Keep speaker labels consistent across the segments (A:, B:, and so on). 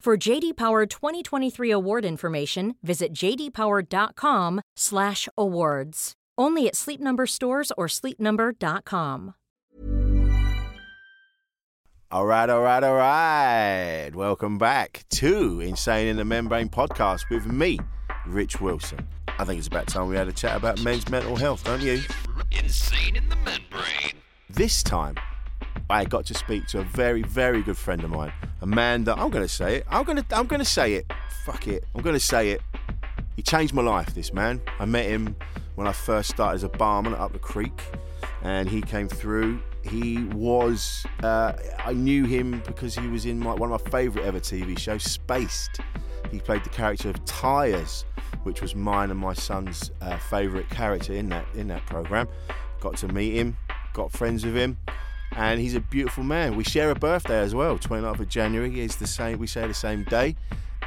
A: For JD Power 2023 award information, visit jdpower.com/awards. Only at Sleep Number stores or sleepnumber.com.
B: All right, all right, all right. Welcome back to Insane in the Membrane podcast with me, Rich Wilson. I think it's about time we had a chat about men's mental health, don't you?
C: Insane in the membrane.
B: This time, I got to speak to a very, very good friend of mine, a man that I'm going to say it. I'm going to, I'm going to say it. Fuck it. I'm going to say it. He changed my life, this man. I met him when I first started as a barman up the creek, and he came through. He was, uh, I knew him because he was in my, one of my favourite ever TV shows, Spaced. He played the character of Tyres, which was mine and my son's uh, favourite character in that in that programme. Got to meet him, got friends with him, and he's a beautiful man. We share a birthday as well, 29th of January. He is the same. We share the same day,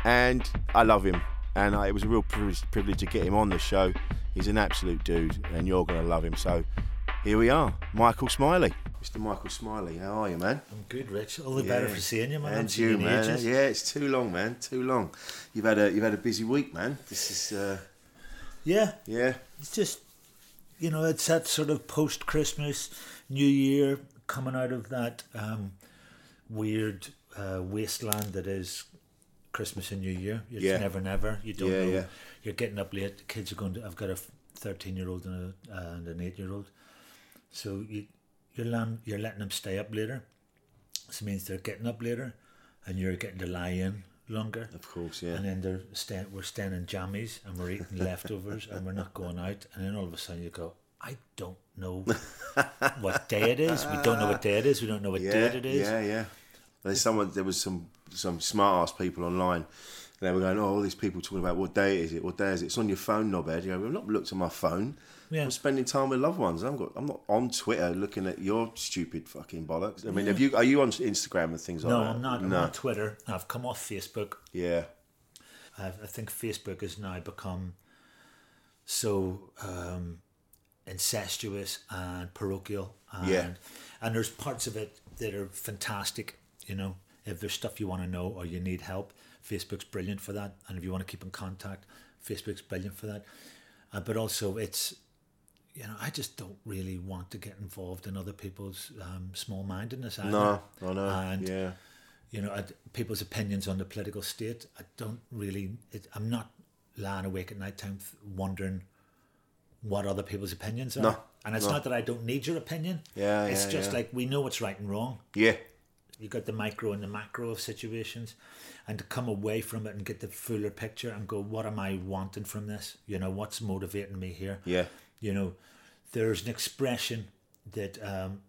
B: and I love him. And I, it was a real privilege, privilege to get him on the show. He's an absolute dude, and you're going to love him. So here we are, Michael Smiley. Mr. Michael Smiley, how are you, man?
D: I'm good, Rich. All the better
B: Yeah.
D: for seeing you, man.
B: And
D: Haven't seen
B: you,
D: in
B: man.
D: ages.
B: Yeah, it's too long, man. Too long. You've had a you've had a busy week, man. This is uh,
D: Yeah,
B: yeah.
D: it's just, you know, it's that sort of post Christmas, New Year, coming out of that um, weird uh, wasteland that is Christmas and New Year. It's
B: Yeah.
D: never, never. You don't
B: Yeah,
D: know.
B: yeah.
D: You're getting up late. The kids are going to. I've got a 13 year old and, a, and an 8 year old. So you, you're, lan- you're letting them stay up later. This means they're getting up later and you're getting to lie in longer.
B: Of course, yeah.
D: And then they're staying, we're staying in jammies and we're eating leftovers and we're not going out. And then all of a sudden you go, I don't know what day it is. We don't know what day it is. We don't know what
B: yeah,
D: date it is.
B: Yeah, yeah. There's someone. There was some some smart ass people online. And they were going, oh, all these people talking about what day is it? What day is it? It's on your phone, knobhead. You know, I've not looked at my phone.
D: Yeah.
B: I'm spending time with loved ones. I'm got. I'm not on Twitter looking at your stupid fucking bollocks. I mean, have you? Are you on Instagram and things
D: No,
B: like that?
D: I'm not. I'm
B: no.
D: on Twitter. I've come off Facebook.
B: Yeah.
D: I've, I think Facebook has now become so um, incestuous and parochial. And,
B: Yeah.
D: And there's parts of it that are fantastic. You know, if there's stuff you want to know or you need help, Facebook's brilliant for that. And if you want to keep in contact, Facebook's brilliant for that. Uh, but also, it's you know, I just don't really want to get involved in other people's um, small mindedness.
B: No. I know.
D: And
B: yeah.
D: you know, I'd- people's opinions on the political state. I don't really, it, I'm not lying awake at night time th- wondering what other people's opinions are.
B: No,
D: and it's
B: no.
D: not that I don't need your opinion.
B: Yeah,
D: It's
B: yeah,
D: just
B: yeah.
D: like we know what's right and wrong.
B: Yeah.
D: You got the micro and the macro of situations, and to come away from it and get the fuller picture and go, what am I wanting from this? You know, what's motivating me here?
B: Yeah.
D: you know, there's an expression that um,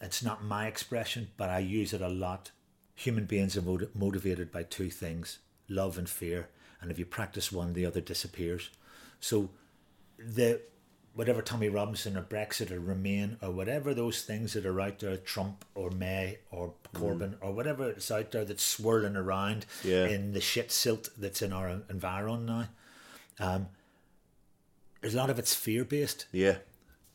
D: it's not my expression, but I use it a lot. Human beings are moti motivated by two things love and fear. And if you practice one, the other disappears. So, the whatever Tommy Robinson or Brexit or Remain or whatever those things that are out there, Trump or May or Corbyn or whatever it's out there that's swirling around
B: Yeah.
D: in the shit silt that's in our environment now. Um, a lot of it's fear based.
B: Yeah.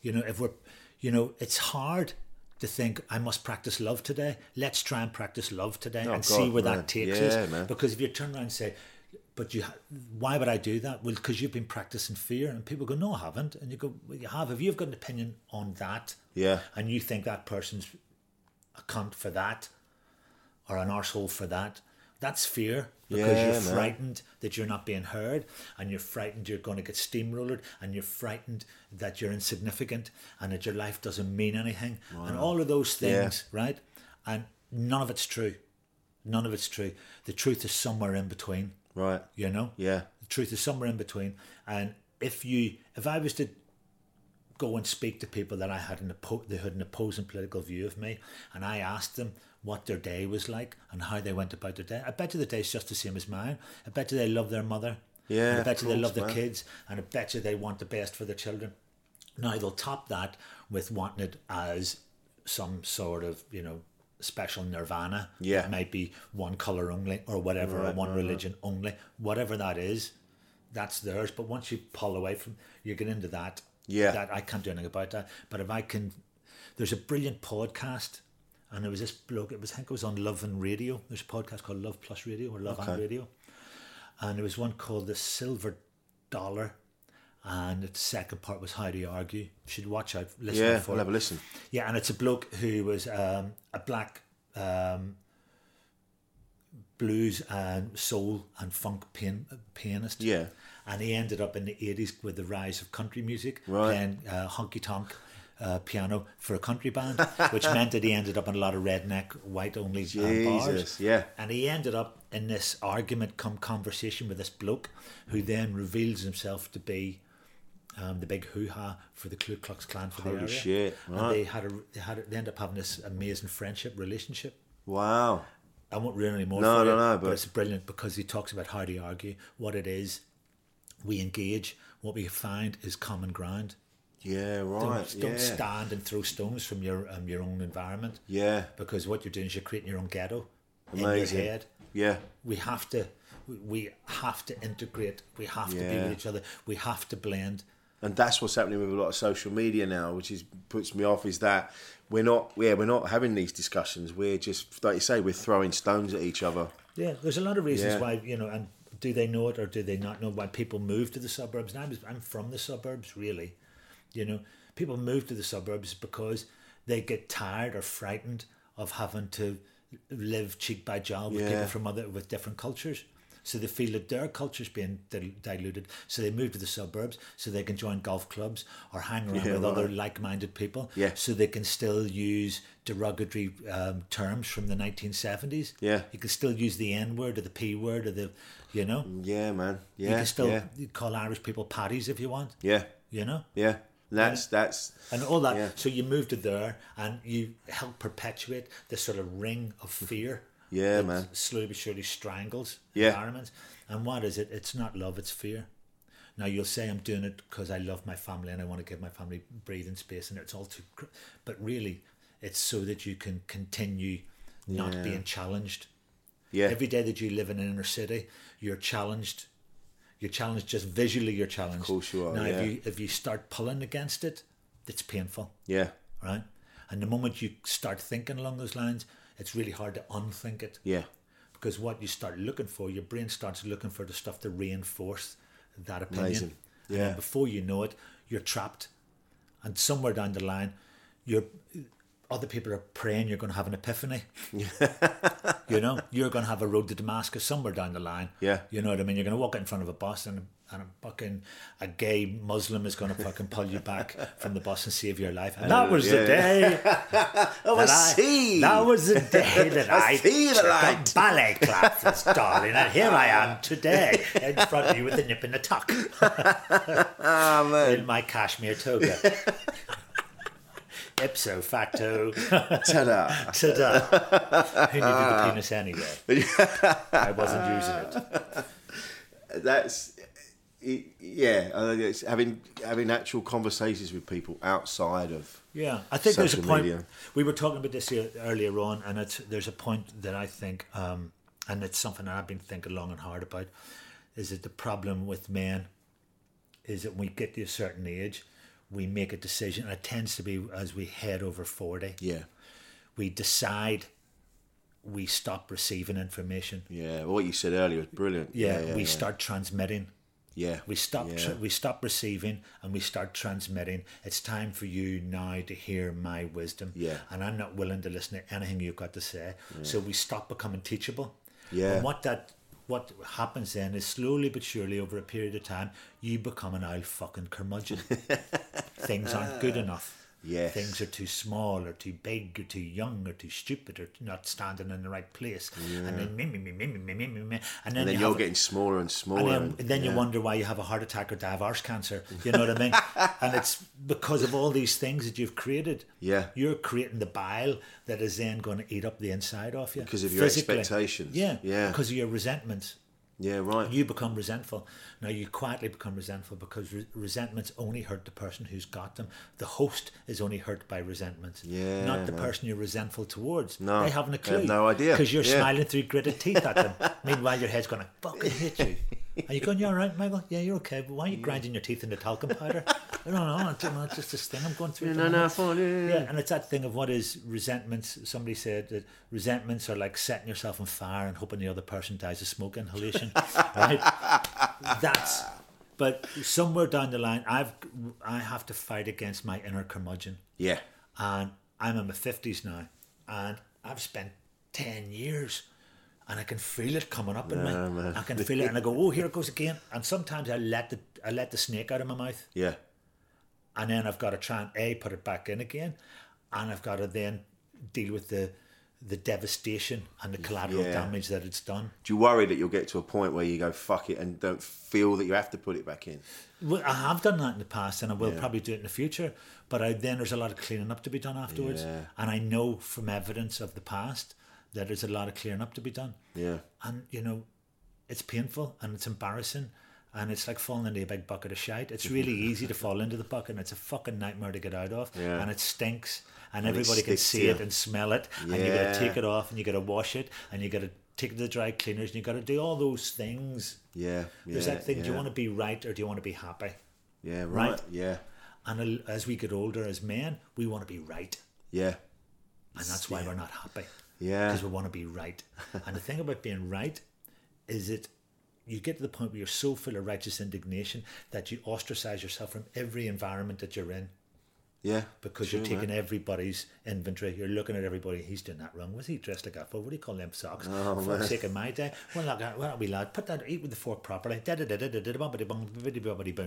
D: You know, if we're, you know, it's hard to think I must practice love today. Let's try and practice love today
B: Oh,
D: and see
B: God,
D: where
B: man.
D: that takes
B: Yeah,
D: us.
B: man.
D: Because if you turn around and say, but you, ha- why would I do that? Well, because you've been practicing fear, and people go, no, I haven't. And you go, well, you have. If you've got an opinion on that,
B: Yeah.
D: and you think that person's a cunt for that, or an arsehole for that, That's fear because
B: Yeah,
D: you're
B: man.
D: frightened that you're not being heard, and you're frightened you're going to get steamrollered, and you're frightened that you're insignificant and that your life doesn't mean anything, and all of those things, right? And none of it's true. None of it's true. The truth is somewhere in between.
B: Right.
D: You know?
B: Yeah.
D: The truth is somewhere in between. And if you, if I was to go and speak to people that I had an oppo- they had an opposing political view of me, and I asked them what their day was like and how they went about their day, I bet you the day's just the same as mine. I bet you they love their mother.
B: Yeah,
D: And I
B: of
D: bet you they
B: course,
D: love their
B: man.
D: kids, and I bet you they want the best for their children. Now they'll top that with wanting it as some sort of you know special nirvana.
B: Yeah.
D: it might be one color only or whatever, or one religion only, whatever that is. That's theirs. But once you pull away from, you get into that.
B: Yeah.
D: that I can't do anything about that. But if I can, there's a brilliant podcast. And there was this bloke, it was, I think it was on Love and Radio. There's a podcast called Love Plus Radio or Love and Radio. And there was one called The Silver Dollar. And the second part was How Do You Argue? You should watch out, listen
B: Yeah.
D: for
B: I'll
D: it.
B: have a listen.
D: Yeah, and it's a bloke who was um, a black um, blues and soul and funk pian- pianist.
B: Yeah.
D: And he ended up in the 80s with the rise of country music,
B: Right.
D: playing uh, honky tonk. Uh, piano for a country band, which meant that he ended up in a lot of redneck, white only uh,
B: Jesus,
D: bars.
B: yeah.
D: And he ended up in this argument come conversation with this bloke who then reveals himself to be um, the big hoo ha for the Ku Klux Klan for
B: Holy
D: the area.
B: shit, right.
D: And they had a they had a, they ended up having this amazing friendship relationship.
B: Wow.
D: I won't ruin any more.
B: No,
D: for
B: no,
D: you,
B: no, but-
D: it's brilliant because he talks about how to argue, what it is, we engage, what we find is common ground.
B: Yeah.
D: Don't,
B: Right.
D: don't
B: yeah.
D: stand and throw stones from your um, your own environment
B: Yeah.
D: because what you're doing is you're creating your own ghetto
B: Amazing.
D: in your head
B: Yeah.
D: we have to we- we have to integrate we have to be
B: Yeah.
D: with each other we have to blend
B: and that's what's happening with a lot of social media now, which is puts me off. Is that we're not, yeah, we're not having these discussions. We're just, like you say, we're throwing stones at each other.
D: yeah there's a lot of reasons
B: Yeah.
D: why you know and do they know it or do they not know why people move to the suburbs and I'm, I'm from the suburbs really you know people move to the suburbs because they get tired or frightened of having to live cheek by jowl with
B: Yeah.
D: people from other with different cultures so they feel that their culture's being dil- diluted so they move to the suburbs so they can join golf clubs or hang around
B: Yeah,
D: with other
B: right.
D: like-minded people
B: Yeah.
D: so they can still use derogatory um, terms from the 1970s
B: Yeah.
D: you can still use the n word or the p word or the you know
B: Yeah, man. Yeah,
D: you can still
B: yeah,
D: call irish people paddies if you want
B: yeah,
D: you know
B: yeah. And That's that's
D: and all that
B: Yeah.
D: so you move to there and you help perpetuate this sort of ring of fear
B: yeah,
D: that
B: man.
D: slowly but surely strangles
B: Yeah.
D: environments. And what is it? It's not love, it's fear. Now you'll say I'm doing it because I love my family and I want to give my family breathing space, and it's all too. Cr-. But really, it's so that you can continue not being challenged.
B: Yeah,
D: Every day that you live in an inner city, you're challenged. You're challenged just visually. You're challenged. Of
B: course you are,
D: Now,
B: yeah.
D: if you if you start pulling against it, it's painful
B: yeah,
D: right? And the moment you start thinking along those lines, it's really hard to unthink it
B: yeah,
D: because what you start looking for, your brain starts looking for the stuff to reinforce that opinion.
B: Amazing.
D: And then
B: Yeah.
D: before you know it, you're trapped, and somewhere down the line, you're other people are praying you're going to have an epiphany. you know, you're going to have a road to Damascus somewhere down the line.
B: Yeah.
D: You know what I mean? You're going to walk out in front of a bus and and a fucking a gay Muslim is going to fucking pull you back from the bus and save your life. And that was
B: yeah.
D: the day.
B: Oh, I
D: That I-
B: see.
D: That was the day that
B: I
D: I,
B: see the
D: took
B: light.
D: up ballet classes, darling, and here I am today in front of you with a nip and a tuck
B: Ah, man.
D: in my cashmere toga. Ipso facto,
B: Ta-da.
D: ta-da. Who needed the penis anyway? I wasn't using it.
B: That's it- yeah. I think it's having having actual conversations with people outside of
D: Yeah, I think there's a
B: Social
D: point.
B: media.
D: We were talking about this e- earlier on, and it's there's a point that I think, um, and it's something that I've been thinking long and hard about, is that the problem with men is that when we get to a certain age, we make a decision, and it tends to be as we head over forty,
B: yeah,
D: we decide we stop receiving information.
B: yeah. What you said earlier was brilliant.
D: Yeah,
B: yeah,
D: we
B: yeah.
D: start transmitting.
B: Yeah,
D: We stop.
B: Yeah.
D: Tr- we stop receiving, and we start transmitting. It's time for you now to hear my wisdom.
B: Yeah.
D: And I'm not willing to listen to anything you've got to say. So we stop becoming teachable.
B: Yeah.
D: And what that what happens then is slowly but surely over a period of time you become an old fucking curmudgeon. Things aren't good enough.
B: Yes.
D: Things are too small or too big or too young or too stupid or not standing in the right place. And then me me me me me me me me me and then,
B: And then
D: you
B: you're
D: have a-
B: getting smaller and
D: and
B: smaller.
D: then, then you
B: yeah.
D: wonder why you have a heart attack or die of arse cancer. You know what I mean? and it's because of all these things that you've created.
B: Yeah.
D: You're creating the bile that is then going to eat up the inside of you.
B: Because of your expectations.
D: Yeah.
B: Yeah.
D: Because of your resentments.
B: Yeah, right.
D: You become resentful. Now you quietly become resentful because re- resentments only hurt the person who's got them. The host is only hurt by resentments,
B: Yeah,
D: not the
B: man.
D: person you're resentful towards.
B: No,
D: they haven't a
B: they have
D: clue.
B: no idea.
D: because you're
B: Yeah.
D: smiling through gritted teeth at them. Meanwhile, your head's going, "I "Fucking hit you." Are you going? You all right, Michael? Yeah, you're okay. But why are you grinding your teeth into talcum powder? I don't know. I don't know. It's just this thing I'm going through. at the
B: No, no,
D: moment."
B: fine, yeah, yeah,
D: Yeah, and it's that thing of what is resentments. Somebody said that resentments are like setting yourself on fire and hoping the other person dies of smoke inhalation. right? That's. But somewhere down the line, I've I have to fight against my inner curmudgeon,
B: yeah.
D: and I'm in my fifties now, and I've spent ten years, and I can feel it coming up in
B: Yeah,
D: me.
B: man.
D: I can feel it, and I go, "Oh, here it goes again." And sometimes I let the I let the snake out of my mouth
B: Yeah.
D: and then I've got to try and a put it back in again, and I've got to then deal with the the devastation and the collateral
B: Yeah.
D: damage that it's done.
B: Do you worry that you'll get to a point where you go fuck it and don't feel that you have to put it back in?
D: Well, I have done that in the past, and I will probably do it in the future. But I, then there's a lot of cleaning up to be done afterwards,
B: Yeah.
D: and I know from evidence of the past that there's a lot of clearing up to be done.
B: Yeah.
D: and you know it's painful and it's embarrassing and it's like falling into a big bucket of shite it's really easy to fall into the bucket and it's a fucking nightmare to get out of
B: Yeah.
D: and it stinks and,
B: it
D: everybody can
B: sticks
D: see
B: to
D: it
B: you.
D: and smell it and you gotta
B: Yeah.
D: take it off and you gotta wash it and you gotta take it to the dry cleaners and you gotta do all those things
B: Yeah.
D: there's
B: yeah,
D: that thing
B: Yeah.
D: do you want to be right or do you want to be happy
B: Yeah. Right.
D: right?
B: Yeah.
D: and al- as we get older as men we want to be right
B: Yeah.
D: and that's why we're not happy
B: Yeah.
D: because we want to be right. and the thing about being right is it you get to the point where you're so full of righteous indignation that you ostracize yourself from every environment that you're in
B: Yeah.
D: because you're taking everybody's inventory. You're looking at everybody. He's doing that wrong. Was he dressed like that for? What do you call them socks? Oh, For the sake of my day. Well, look, why don't we, lad? Put that eat with the fork properly. Da da da da da da. Boom,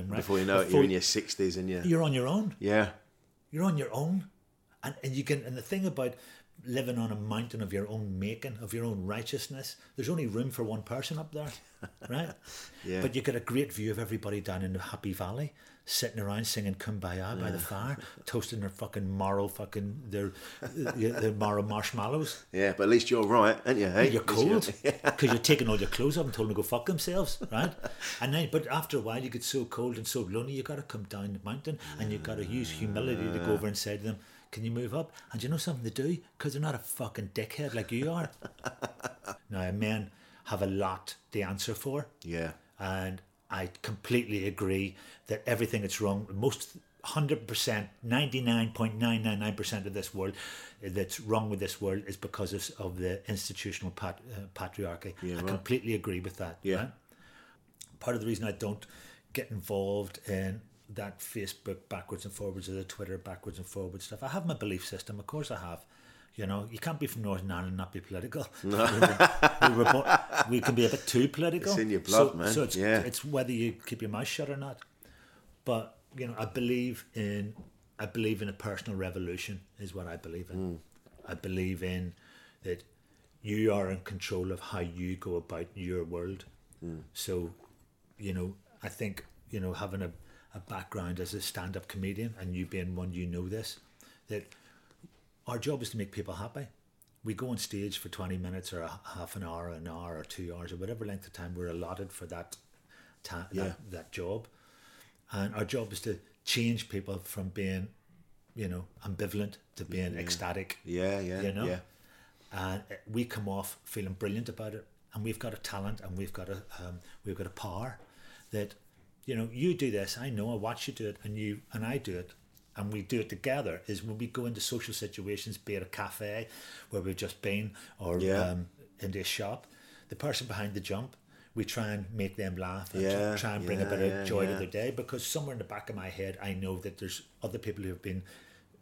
D: right?
B: Before you know it, you're in your sixties and yeah.
D: you're on your own
B: Yeah.
D: you're on your own and, and you can and the thing about living on a mountain of your own making of your own righteousness there's only room for one person up there right
B: Yeah.
D: but you get a great view of everybody down in the happy valley sitting around singing kumbaya by the fire toasting their fucking marrow fucking their their marrow marshmallows
B: Yeah. But at least you're right, aren't you? Hey?
D: you're
B: At least
D: cold because you're taking all your clothes off and told them to go fuck themselves, right? And then, but after a while, you get so cold and so lonely, you got to come down the mountain and you got to use humility to go over and say to them, "Can you move up?" And you know something to do because they're not a fucking dickhead like you are. now, men have a lot to answer for
B: Yeah.
D: and I completely agree that everything that's wrong, most 100%, 99.999% of this world eh, that's wrong with this world is because of, of the institutional pat, uh, patriarchy. I completely agree with that.
B: Yeah.
D: right? Part of the reason I don't get involved in that Facebook backwards and forwards or the Twitter backwards and forwards stuff, I have my belief system, of course I have. You know, you can't be from Northern Ireland and not be political. we, were- we were born- we can be a bit too political.
B: It's in your blood,
D: so,
B: man.
D: So it's,
B: Yeah.
D: it's whether you keep your mouth shut or not. But you know, I believe in I believe in a personal revolution is what I believe in. I believe in that you are in control of how you go about your world. So, you know, I think you know having a, a background as a stand-up comedian and you being one, you know this that our job is to make people happy. We go on stage for 20 minutes or a half an hour, an hour or two hours or whatever length of time we're allotted for that ta-
B: Yeah.
D: that, that job. And our job is to change people from being, you know, ambivalent to being ecstatic.
B: Yeah. Yeah.
D: You know?
B: Yeah.
D: And uh, we come off feeling brilliant about it. And we've got a talent and we've got a um, we've got a power that, you know, you do this, I know, I watch you do it, and you and I do it, and we do it together is when we go into social situations, be it a cafe where we've just been or
B: Yeah.
D: um, into a shop, the person behind the jump, we try and make them laugh and
B: Yeah,
D: try and bring a
B: yeah,
D: bit
B: yeah,
D: of joy to
B: yeah.
D: their day because somewhere in the back of my head I know that there's other people who have been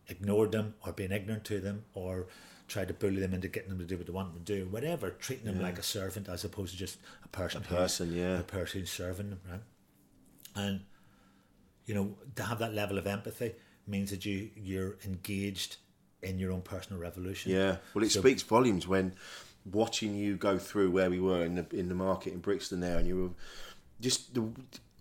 D: ignored them or been ignorant to them or try to bully them into getting them to do what they want them to do, whatever, treating them like a servant as opposed to just a person.
B: A
D: who's-
B: person, yeah.
D: A person who's serving them, right? And you know, to have that level of empathy means that you you're engaged in your own personal revolution.
B: Yeah. Well, it
D: So-
B: speaks volumes when watching you go through where we were in the in the market in Brixton there, and you were just the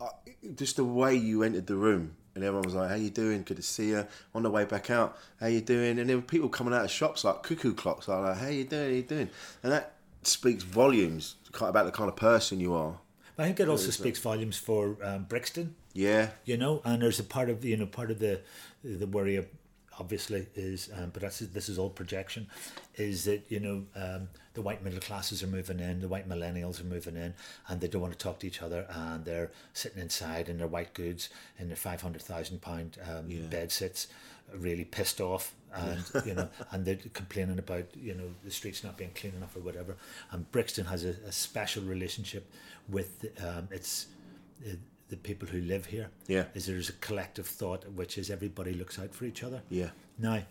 B: uh, just the way you entered the room, and everyone was like, "How you doing? Good to see you." On the way back out, "How you doing?" And there were people coming out of shops like cuckoo clocks, like, "How you doing? How you doing?" And that speaks volumes about the kind of person you are.
D: But I think it also speaks volumes for um, Brixton,
B: Yeah.
D: you know. And there's a part of you know part of the the worry of obviously is, um, but that's this is all projection, is that you know um, the white middle classes are moving in, the white millennials are moving in, and they don't want to talk to each other, and they're sitting inside in their white goods in their five hundred thousand pound um, bed sits, really pissed off. And you know, and they're complaining about you know the streets not being clean enough or whatever. And Brixton has a, a special relationship with um, its the, the people who live here.
B: Yeah.
D: Is there's a collective thought which is everybody looks out for each other.
B: Yeah.
D: Now,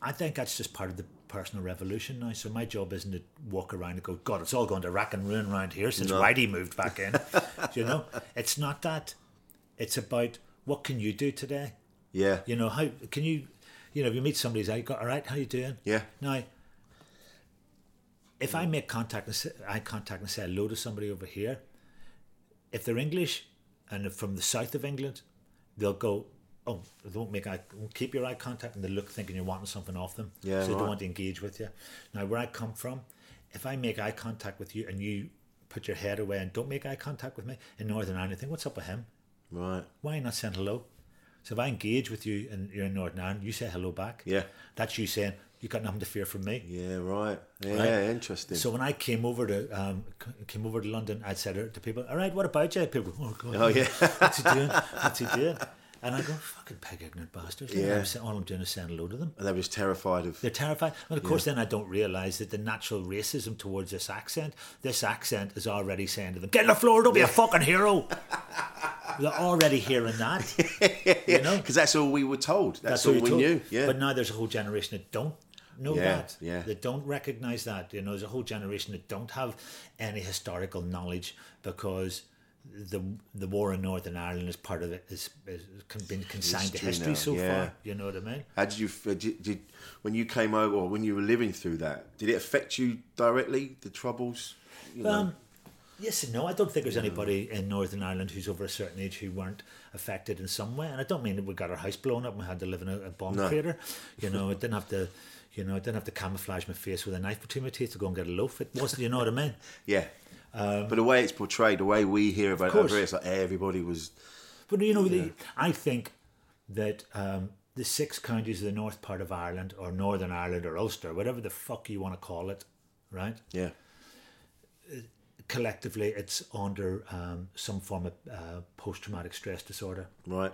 D: I think that's just part of the personal revolution now. So my job isn't to walk around and go, God, it's all gone to rack and ruin around here since Whitey moved back in. you know, it's not that. It's about what can you do today.
B: Yeah.
D: You know, how can you, you know, if you meet somebody, say, "Got all right? How you doing?"
B: Yeah.
D: Now, if I make contact and say, eye contact and say hello to somebody over here, if they're English and they're from the south of England, they'll go, "Oh, they won't make eye, won't keep your eye contact," and they look thinking you're wanting something off them.
B: Yeah,
D: So they
B: right.
D: don't want to engage with you. Now, where I come from, if I make eye contact with you and you put your head away and don't make eye contact with me in Northern Ireland, they think, "What's up with him?"
B: Right.
D: why not saying hello? So if I engage with you and you're in Northern Ireland, you say hello back.
B: Yeah.
D: That's you saying, you got nothing to fear from me.
B: Yeah. Right. Yeah.
D: Right.
B: Interesting.
D: So when I came over to um, c- came over to London, I said to people, "All right, what about you?" People, go, "Oh God,
B: Oh, yeah.
D: what's he doing? What's he doing?" And I go, "Fucking pig ignorant bastards!" And
B: Yeah.
D: I'm saying, all I'm doing is saying hello to them.
B: and they were just terrified of.
D: They're terrified. And of course, then I don't realise that the natural racism towards this accent, this accent is already saying to them, "Get on the floor, don't be a fucking hero." They're already hearing that. You know,
B: Because that's all we were told. That's,
D: that's
B: all
D: what
B: we
D: you're told.
B: knew. Yeah.
D: But now there's a whole generation that don't know
B: Yeah,
D: that.
B: yeah.
D: That don't recognise that. You know, there's a whole generation that don't have any historical knowledge because the the war in Northern Ireland is part of it is, is con- been consigned to
B: History
D: history
B: now,
D: so
B: yeah.
D: far. You know what I mean?
B: How did you f- uh, did, did when you came over or when you were living through that? Did it affect you directly? The troubles. You know?
D: Um, yes and no. I don't think there's anybody in Northern Ireland who's over a certain age who weren't affected in some way. And I don't mean that we got our house blown up and had to live in a, a bomb
B: No.
D: crater. You know, I didn't have to. You know, I didn't have to camouflage my face with a knife between my teeth to go and get a loaf. It wasn't, you know what I mean?
B: yeah. but the way it's portrayed, the way we hear about it
D: Um, course.
B: over here, it's like everybody was.
D: But you know, the, I think that um, the six counties of the north part of Ireland, or Northern Ireland, or Ulster, whatever the fuck you want to call it, right?
B: Yeah.
D: Collectively, it's under um, some form of uh, post-traumatic stress disorder.
B: Right.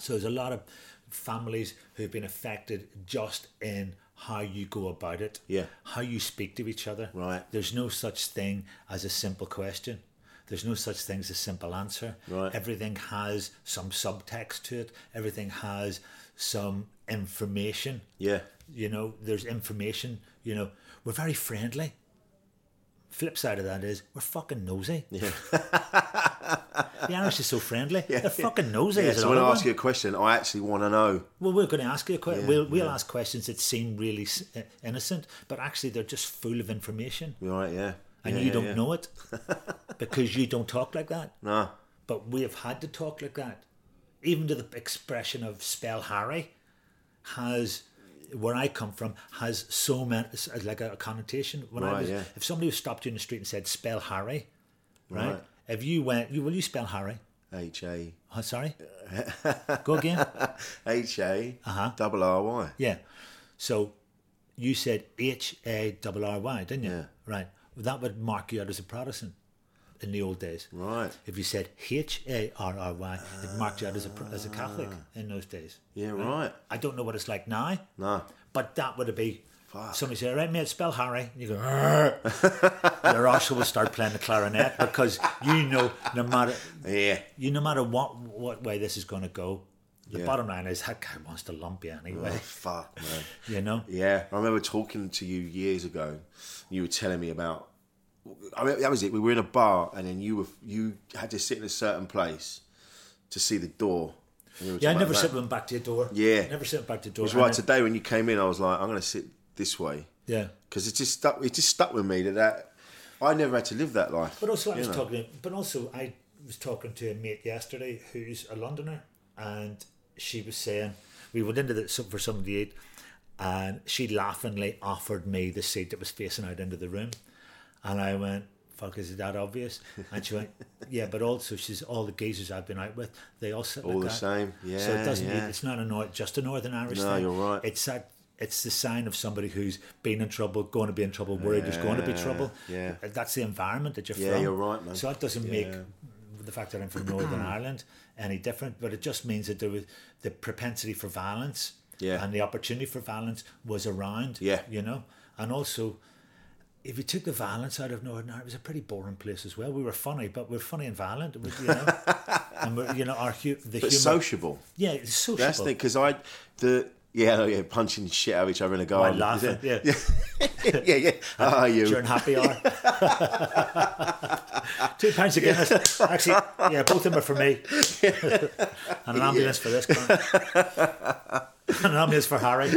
D: So there's a lot of families who've been affected just in how you go about it.
B: Yeah.
D: How you speak to each other.
B: Right.
D: There's no such thing as a simple question. There's no such thing as a simple answer.
B: Right.
D: Everything has some subtext to it. Everything has some information.
B: Yeah.
D: You know, there's information, you know, we're very friendly. Flip side of that is we're fucking nosy. the Irish is so friendly. They're fucking nosy.
B: Yeah,
D: is
B: so when I
D: another
B: ask
D: one.
B: you a question, I actually want to know.
D: Well, we're going to ask you a question. we'll we'll ask questions that seem really s- uh, innocent, but actually they're just full of information,
B: Right. Yeah.
D: and
B: Yeah,
D: you
B: yeah,
D: don't
B: yeah.
D: know it because you don't talk like that.
B: No.
D: But we have had to talk like that, even to the expression of "spell Harry," has where I come from has so many like a connotation. When I
B: Right,
D: was,
B: yeah.
D: if somebody stopped you in the street and said "spell Harry," right?
B: Right.
D: If you went, you will you spell Harry?
B: H A
D: Oh, sorry, go again.
B: H A
D: Uh-huh.
B: double R Y.
D: Yeah. So you said H A R R Y, didn't you?
B: Yeah.
D: Right. Well, that would mark you out as a Protestant in the old days.
B: Right.
D: If you said H A R R Y, it marked you out as a, as a Catholic in those days.
B: Yeah. Right.
D: I don't know what it's like now,
B: No.
D: but that would have been.
B: Fuck.
D: Somebody said, right, mate, spell Harry. And you go, "Arr." your arse will start playing the clarinet because you know no matter
B: Yeah.
D: you no matter what what way this is going to go, The
B: Yeah.
D: bottom line is that guy wants to lump you anyway.
B: fuck, man.
D: You know?
B: Yeah, I remember talking to you years ago. You were telling me about. I mean, that was it. We were in a bar, and then you were you had to sit in a certain place to see the door. And we were
D: Yeah, I
B: talking
D: never
B: about
D: sit
B: that.
D: with him back to your door.
B: Yeah.
D: Never sit back to your door.
B: It was
D: And
B: right
D: then-
B: today when you came in. I was like, I'm going to sit this way
D: Yeah.
B: because it just stuck. It just stuck with me that that I never had to live that life.
D: But also, I
B: you
D: was
B: know?
D: talking. But also, I was talking to a mate yesterday who's a Londoner, and she was saying we went into the for something to eat, and she laughingly offered me the seat that was facing out into the room, and I went. Fuck, is it that obvious? And she went, yeah, but also she's all the geezers I've been out with, they all sit
B: All
D: like
B: the
D: that.
B: same.
D: so
B: Yeah,
D: it doesn't.
B: yeah.
D: It's not a nor- just a Northern Irish
B: No,
D: thing.
B: you're right.
D: It's that. It's the sign of somebody who's been in trouble, going to be in trouble, worried there's going to be trouble.
B: yeah.
D: that's the environment that you're
B: Yeah,
D: from.
B: you're right, man.
D: So that doesn't make the fact that I'm from Northern Ireland any different, but it just means that there was the propensity for violence
B: Yeah.
D: and the opportunity for violence was around.
B: Yeah.
D: You know? And also if you took the violence out of Northern Ireland, it was a pretty boring place as well. We were funny, but we're funny and violent. we- You know, and we're, you know our hu- the
B: But
D: humor.
B: sociable.
D: yeah, it's sociable.
B: That's the because I the yeah oh, yeah punching the shit out of each other in a
D: By
B: garden.
D: laughing, yeah,
B: yeah, yeah. yeah. Ah, you.
D: during happy hour. Two pounds a Guinness. Actually, yeah, both of them are for me. and an ambulance for this guy. and an ambulance for Harry.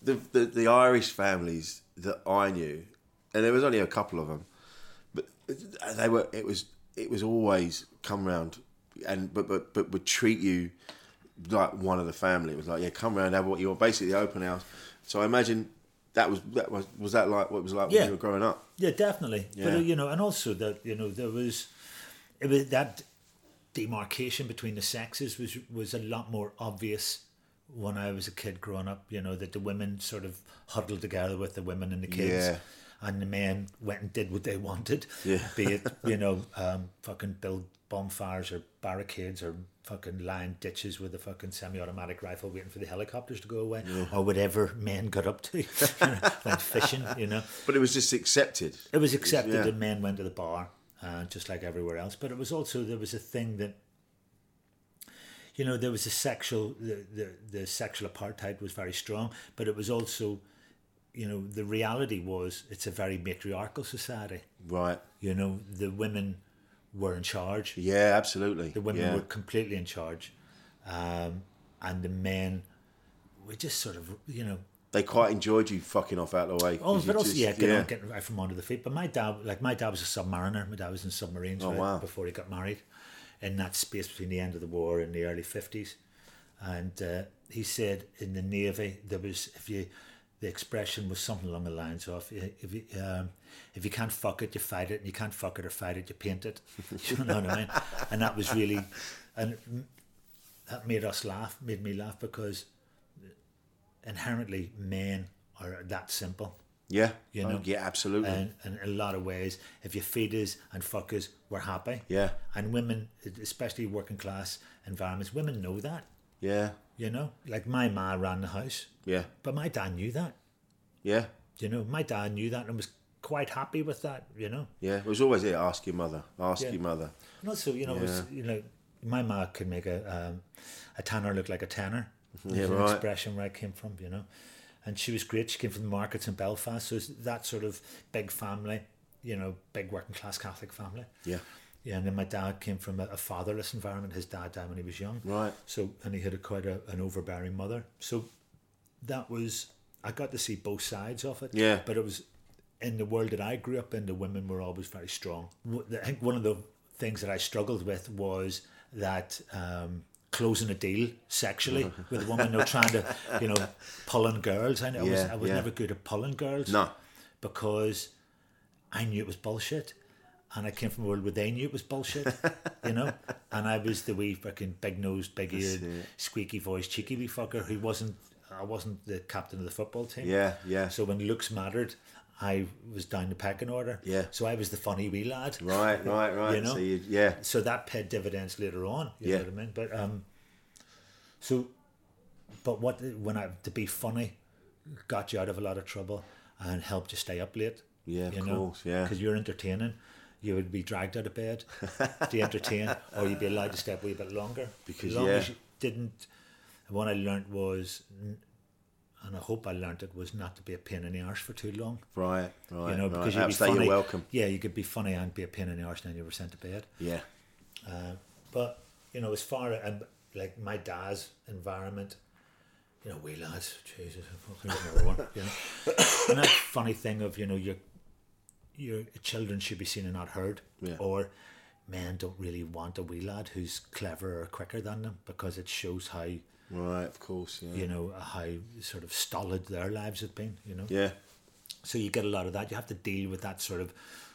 B: the, the the Irish families that I knew, and there was only a couple of them, but they were it was it was always come round, and but but but would treat you like one of the family. It was like yeah, come round, have what you want. Basically, open house. So I imagine that was that was was that like what it was like when
D: Yeah.
B: you were growing up.
D: Yeah, definitely. But
B: Yeah.
D: uh, you know, and also that you know there was, it was that demarcation between the sexes was was a lot more obvious when I was a kid growing up. You know that the women sort of huddled together with the women and the kids.
B: Yeah.
D: And the men went and did what they wanted,
B: Yeah.
D: be it you know, um, fucking build bonfires or barricades or fucking line ditches with a fucking semi-automatic rifle, waiting for the helicopters to go away or whatever men got up to, like fishing, you know.
B: But it was just accepted.
D: It was accepted
B: yeah.
D: that men went to the bar, uh, just like everywhere else. But it was also there was a thing that, you know, there was a sexual the the, the sexual apartheid was very strong, but it was also, you know, the reality was it's a very matriarchal society.
B: Right.
D: You know, the women were in charge.
B: Yeah. Absolutely.
D: The women
B: yeah.
D: were completely in charge, um, and the men were just sort of you know
B: They quite enjoyed you fucking off out of the way. 'cause
D: Oh,
B: you
D: but also
B: just-
D: yeah, get on, getting right from under the feet. But my dad, like my dad, was a submariner. My dad was in submarines
B: Oh,
D: right,
B: wow.
D: before he got married, in that space between the end of the war and the early fifties. And uh, he said in the navy there was if you, the expression was something along the lines of if you um, if you can't fuck it, you fight it, and you can't fuck it or fight it, you paint it. you know what I mean? And that was really, and that made us laugh, made me laugh because inherently men are that simple.
B: yeah.
D: you
B: Oh,
D: know,
B: yeah. Absolutely.
D: And, and in a lot of ways, if you feed us and fuck us, we're happy.
B: Yeah.
D: And women, especially working class environments, women know that,
B: yeah.
D: you know? Like my ma ran the house,
B: Yeah.
D: but my dad knew that,
B: Yeah.
D: you know? My dad knew that and was quite happy with that, you know?
B: Yeah, it was always it. Ask your mother. Ask
D: Yeah.
B: your mother.
D: And also, you know, it was, you know, my ma could make a um, a tanner look like a tanner.
B: Mm-hmm. Yeah,
D: Is an
B: right.
D: expression where I came from, you know. And she was great. She came from the markets in Belfast, so it's that sort of big family, you know, big working class Catholic family.
B: Yeah.
D: Yeah, and then my dad came from a, a fatherless environment. His dad died when he was young.
B: Right.
D: So, and he had a, quite a, an overbearing mother. So, that was I got to see both sides of it.
B: Yeah.
D: But it was in the world that I grew up in, the women were always very strong. W- I think one of the things that I struggled with was that um, closing a deal sexually with a woman, no trying to, you know, pulling girls. I, I was
B: Yeah,
D: I was
B: yeah.
D: never good at pulling girls
B: No.
D: because I knew it was bullshit. And I came from a world where they knew it was bullshit, you know? And I was the wee fucking big nosed, big eared, squeaky voiced, cheeky wee fucker who wasn't, I wasn't the captain of the football team.
B: Yeah, yeah.
D: So when looks mattered, I was down the pecking order.
B: Yeah.
D: So I was the funny wee lad.
B: Right, right, right.
D: You know?
B: So you, yeah,
D: So that paid dividends later on. You
B: Yeah.
D: know what I mean? But, um, so, but what, when I, to be funny got you out of a lot of trouble and helped you stay up late
B: yeah, of course, yeah,
D: because you're entertaining. you would be dragged out of bed to entertain, or you'd be allowed to stay up a wee bit longer.
B: Because,
D: as long
B: yeah.
D: as you didn't, and what I learnt was, and I hope I learnt it was not to be a pain in the arse for too long.
B: Right, right.
D: you know,
B: right.
D: because you'd be
B: Upstate,
D: funny.
B: you're welcome.
D: Yeah, you could be funny and be a pain in the arse, and then you were sent to bed.
B: Yeah.
D: But you know, as far as um, like my dad's environment, you know, we lads, Jesus, I fucking remember one. You know, and that funny thing of you know your your children should be seen and not heard,
B: Yeah.
D: or men don't really want a wee lad who's clever or quicker than them because it shows how
B: Right, of course. Yeah.
D: you know how sort of stolid their lives have been. You know,
B: Yeah.
D: so you get a lot of that. You have to deal with that sort of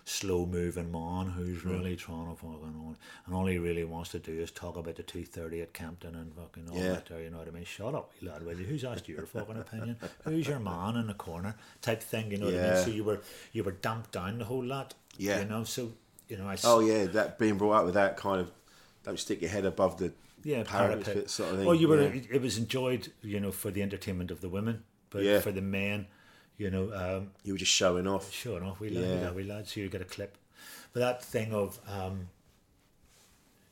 D: slow moving man who's really trying to fucking on, and all he really wants to do is talk about the two thirty at Campton and fucking all
B: Yeah.
D: that there. You know what I mean? Shut up, you lad, will you? Who's asked your fucking opinion? Who's your man in the corner? Type thing. You know what I
B: Yeah.
D: mean? So you were you were damped down the whole lot.
B: Yeah.
D: You know. So you know I. s-
B: Oh yeah, that being brought up with that kind of don't stick your head above the
D: yeah,
B: parapet,
D: parapet,
B: sort of thing.
D: Well, you were.
B: yeah.
D: It, it was enjoyed, you know, for the entertainment of the women, but
B: Yeah.
D: for the men, you know, um,
B: you were just showing off.
D: Sure enough, we lad, we
B: Yeah.
D: lad, we lad. So you get a clip. But that thing of um,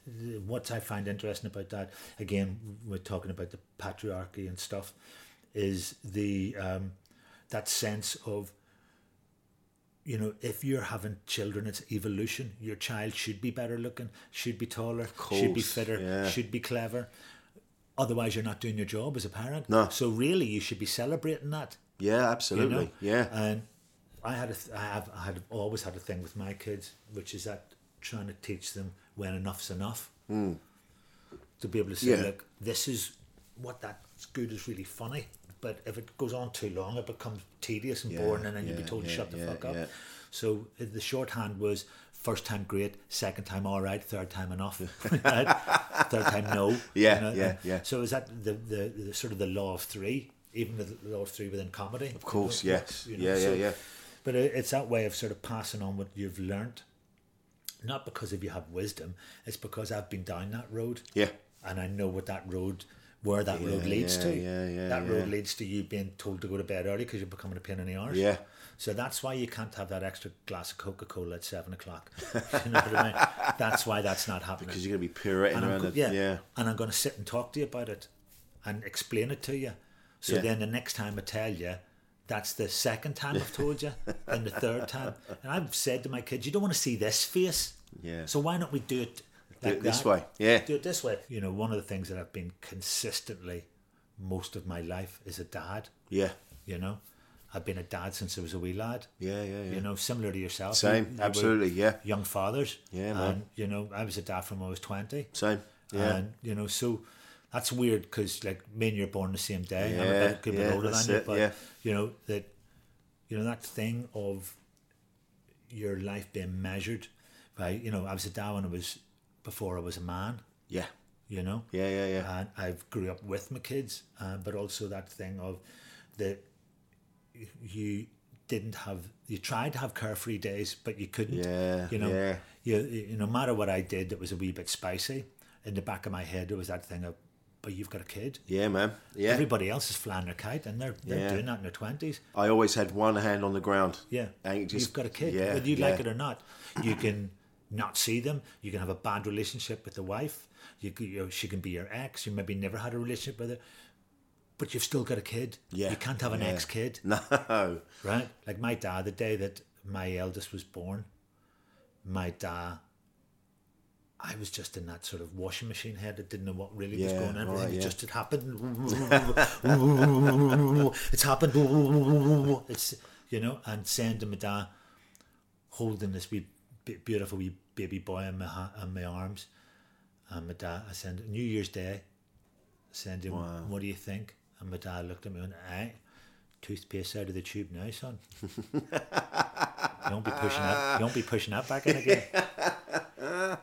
D: th- what I find interesting about that, again, we're talking about the patriarchy and stuff, is the um, that sense of you know, if you're having children, it's evolution. Your child should be better looking, should be taller, should be
B: course,
D: fitter,
B: yeah.
D: should be clever. Otherwise, you're not doing your job as a parent.
B: No.
D: So really, you should be celebrating that
B: Yeah,
D: you
B: absolutely.
D: know? Uh,
B: Yeah.
D: And I had a th- I have I had always had a thing with my kids, which is that trying to teach them when enough's enough. To be able to say,
B: Hmm. Yeah.
D: look, this is what that's good is really funny. But if it goes on too long, it becomes tedious and
B: Yeah,
D: boring, and then you'd be
B: yeah,
D: told to
B: yeah,
D: shut the
B: yeah,
D: fuck up.
B: yeah.
D: So uh, the shorthand was first time great, second time all right, third time enough, right? third time no.
B: Yeah, yeah, yeah.
D: So is that the, the, the sort of the law of three, even the law of three within comedy?
B: of course, yes. yeah, yeah, yeah.
D: But it- it's that way of sort of passing on what you've learnt, not because if you have wisdom, it's because I've been down that road.
B: Yeah.
D: And I know what that road, where that road
B: Yeah,
D: leads
B: yeah,
D: to.
B: yeah, yeah,
D: that road
B: yeah.
D: leads to you being told to go to bed early because you're becoming a pain in the arse.
B: Yeah.
D: So that's why you can't have that extra glass of Coca Cola at seven o'clock. you know what I mean? That's why that's not happening.
B: Because you're gonna be pirouetting
D: And I'm
B: around
D: go-
B: the yeah. yeah.
D: And I'm going to sit and talk to you about it and explain it to you. So
B: Yeah.
D: then the next time I tell you, that's the second time I've told you, and the third time. And I've said to my kids, you don't want to see this face.
B: Yeah.
D: So why not we do it
B: Do
D: like
B: it this
D: that?
B: way. Yeah.
D: Do it this way. You know, one of the things that I've been consistently most of my life is a dad,
B: Yeah.
D: you know. I've been a dad since I was a wee lad.
B: Yeah, yeah, yeah.
D: You know, similar to yourself. you-
B: Same,
D: you were
B: absolutely, yeah.
D: Young fathers.
B: Yeah, man.
D: And, you know, I was a dad from when I was 20.
B: Same. Yeah.
D: And you know, so that's weird because like me and you're born the same day. I'm
B: Yeah,
D: a bit, could be
B: yeah,
D: older
B: that's
D: than you,
B: it,
D: but
B: yeah.
D: you know that you know that thing of your life being measured by you know I was a dad when I was before I was a man.
B: yeah.
D: You know.
B: Yeah, yeah, yeah.
D: And I've grew up with my kids, uh, but also that thing of that you didn't have you tried to have carefree days, but you couldn't.
B: Yeah,
D: You know.
B: yeah.
D: You, you no matter what I did, it was a wee bit spicy. In the back of my head, there was that thing of, but you've got a kid.
B: Yeah, man. Yeah.
D: Everybody else is flying their kite, and they're they're
B: Yeah.
D: doing that in their twenties.
B: I always had one hand on the ground.
D: Yeah.
B: And it just,
D: You've got a kid.
B: Yeah.
D: Whether you
B: yeah.
D: like it or not, you can not see them. You can have a bad relationship with the wife. You, c- you know, she can be your ex. You maybe never had a relationship with her, but you've still got a kid.
B: Yeah,
D: You can't have an
B: yeah.
D: ex kid,
B: No.
D: right? Like my dad, the day that my eldest was born, my dad, I was just in that sort of washing machine head. I didn't know what really was
B: Yeah,
D: going on. Everything
B: alright,
D: it
B: yeah.
D: just it happened. it's happened. it's you know, and saying to my dad, holding this wee b- beautiful wee baby boy in my ha- in my arms, and my dad, I said, New Year's Day, I said to him, what do you think? And my dad looked at me and went, aye, toothpaste out of the tube now, son. don't be pushing that. Don't be pushing that back in again.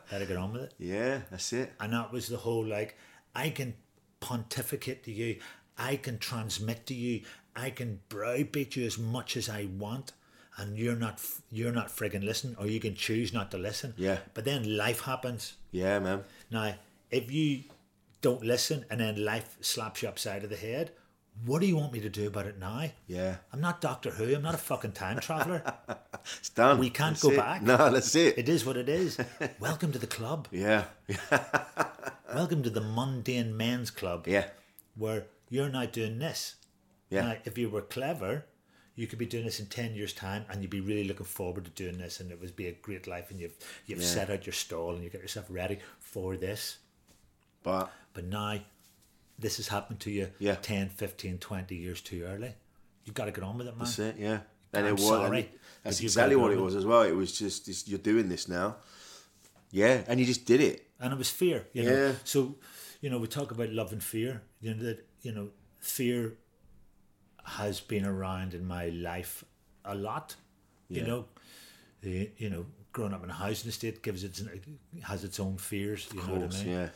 D: Better get on with it.
B: Yeah, that's it.
D: And that was the whole like, I can pontificate to you, I can transmit to you, I can browbeat you as much as I want, and you're not f- you're not friggin' listening, or you can choose not to listen.
B: Yeah.
D: But then life happens.
B: Yeah, man.
D: Now, if you don't listen and then life slaps you upside of the head, What do you want me to do about it now?
B: Yeah.
D: I'm not Doctor Who. I'm not a fucking time traveler.
B: It's done.
D: We can't
B: That's
D: go
B: it.
D: back.
B: No, that's it.
D: it is what it is. Welcome to the club.
B: Yeah.
D: Welcome to the mundane men's club.
B: Yeah.
D: Where you're now doing this.
B: Yeah.
D: Now, if you were clever, you could be doing this in ten years' time, and you'd be really looking forward to doing this, and it would be a great life, and you've you've set out your stall, and you get yourself ready for this.
B: But
D: But now, this has happened to you
B: Yeah.
D: 10, 15, 20 years too early. You've got to get on with it, man.
B: that's it. Yeah. And
D: I'm
B: it was.
D: sorry,
B: and that's
D: but you've
B: exactly
D: got
B: what it
D: to-
B: was as well. It was just it's, you're doing this now. Yeah, and you just did it.
D: and it was fear. You know?
B: Yeah.
D: So, you know, we talk about love and fear. You know that you know fear has been around in my life a lot. You
B: Yeah.
D: know, the, you know, growing up in a housing estate gives its has its own fears. You know what I mean?
B: yeah.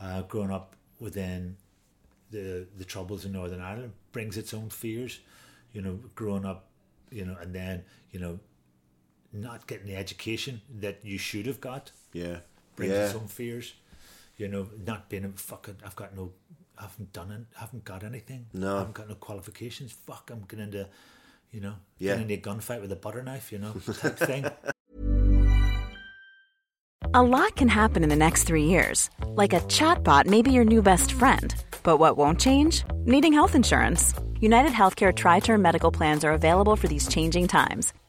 D: uh, growing up within the the troubles in Northern Ireland brings its own fears. You know, growing up, you know, and then you know, not getting the education that you should have got
B: Yeah.
D: brings
B: yeah.
D: its own fears. You know, not being a fucking. I've got no. I haven't done it. I haven't got anything.
B: No.
D: I haven't got no qualifications. Fuck, I'm getting into, you know,
B: Yeah.
D: getting into a gunfight with a butter knife. You know, type thing.
E: A lot can happen in the next three years. Like a chatbot may be your new best friend. But what won't change? Needing health insurance. United Healthcare Tri Term Medical Plans are available for these changing times.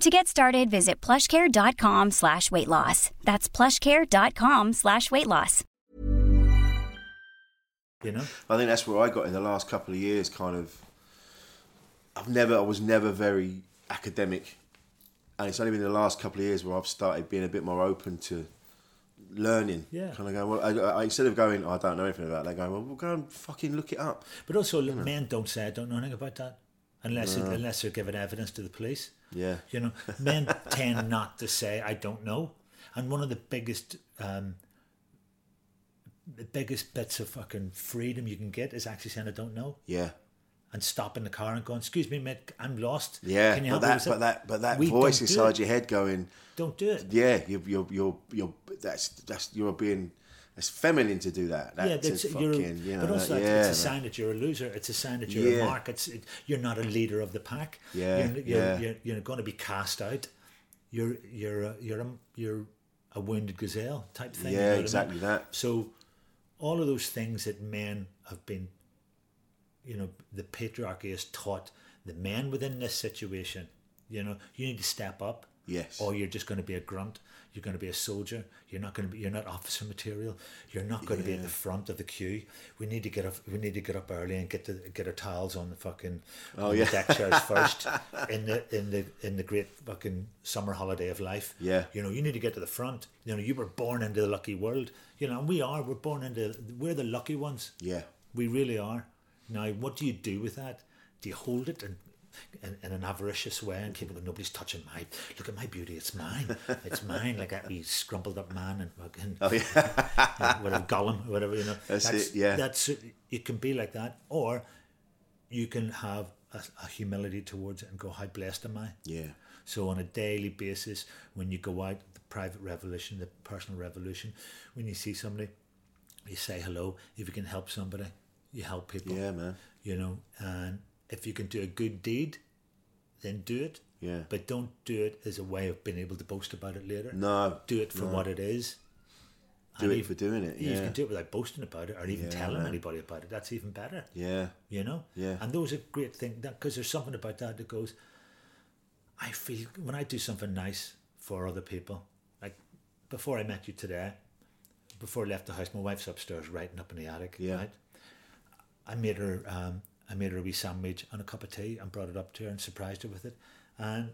F: To get started, visit plushcare.com slash weight loss. That's plushcare.com slash weight loss.
D: You know,
B: I think that's where I got in the last couple of years. Kind of, I've never, I was never very academic, and it's only been the last couple of years where I've started being a bit more open to learning.
D: Yeah.
B: Kind of going well. I, I, instead of going, "Oh, I don't know anything about that. Going well, we'll go and fucking look it up.
D: but also look, men don't say I don't know anything about that unless it, unless they're giving evidence to the police.
B: Yeah.
D: You know, men tend not to say I don't know, and one of the biggest. Um, the biggest bits of fucking freedom you can get is actually saying I don't know
B: Yeah.
D: and stopping the car and going, "Excuse me, mate, I'm lost."
B: Yeah.
D: can you
B: but
D: help me
B: that,
D: with
B: but that, but that
D: We
B: voice
D: don't do
B: inside
D: it.
B: your head going,
D: Don't do it.
B: "Yeah, you're, you're, you're, you're that's that's you're being." That's feminine to do that. That's
D: yeah, that's
B: a
D: you're.
B: fucking, you know,
D: but also,
B: that-
D: it's-
B: yeah,
D: it's a
B: man.
D: sign that you're a loser. It's a sign that you're
B: Yeah.
D: a mark. It's it, you're not a leader of the pack.
B: Yeah,
D: you're, you're,
B: yeah.
D: You're, you're going to be cast out. You're you're a, you're a, you're a wounded gazelle type thing. you
B: Yeah,
D: know what I mean?
B: exactly that.
D: So, all of those things that men have been, you know, the patriarchy has taught the men within this situation. You know, you need to step up.
B: Yes.
D: Or Oh, you're just going to be a grunt. You're going to be a soldier. You're not going to be. You're not officer material. You're not going to be at the front of the queue. We need to get up. We need to get up early and get the get our towels on the fucking
B: Oh,
D: on
B: yeah.
D: the deck chairs first in the in the in the great fucking summer holiday of life.
B: Yeah.
D: You know, you need to get to the front. You know, you were born into the lucky world. You know, and we are. We're born into. We're the lucky ones.
B: Yeah.
D: We really are. Now, what do you do with that? Do you hold it and in, in an avaricious way and keep it? Nobody's touching my. Look at my beauty. It's mine. It's mine. Like that wee scrumpled up man and fucking
B: Oh, yeah.
D: whatever Gollum, whatever you know.
B: That's it, yeah.
D: That's it. It can be like that, or you can have a, a humility towards it and go, "How blessed am I?"
B: yeah.
D: So on a daily basis, when you go out, the private revolution, the personal revolution, when you see somebody, you say hello. If you can help somebody, you help people.
B: Yeah, man.
D: You know, and if you can do a good deed, then do it.
B: Yeah.
D: But don't do it as a way of being able to boast about it later.
B: No,
D: Do it for
B: no.
D: what it is.
B: Do
D: And
B: it
D: if-
B: for doing it,
D: You
B: yeah.
D: can do it without boasting about it or even
B: Yeah,
D: telling
B: man.
D: anybody about it. That's even better.
B: Yeah.
D: You know.
B: Yeah.
D: And those are great things because there's something about that that goes. I feel when I do something nice for other people, like before I met you today, before I left the house, my wife's upstairs writing up in the attic.
B: Yeah.
D: Right? I made her um, I made her a wee sandwich and a cup of tea and brought it up to her and surprised her with it. And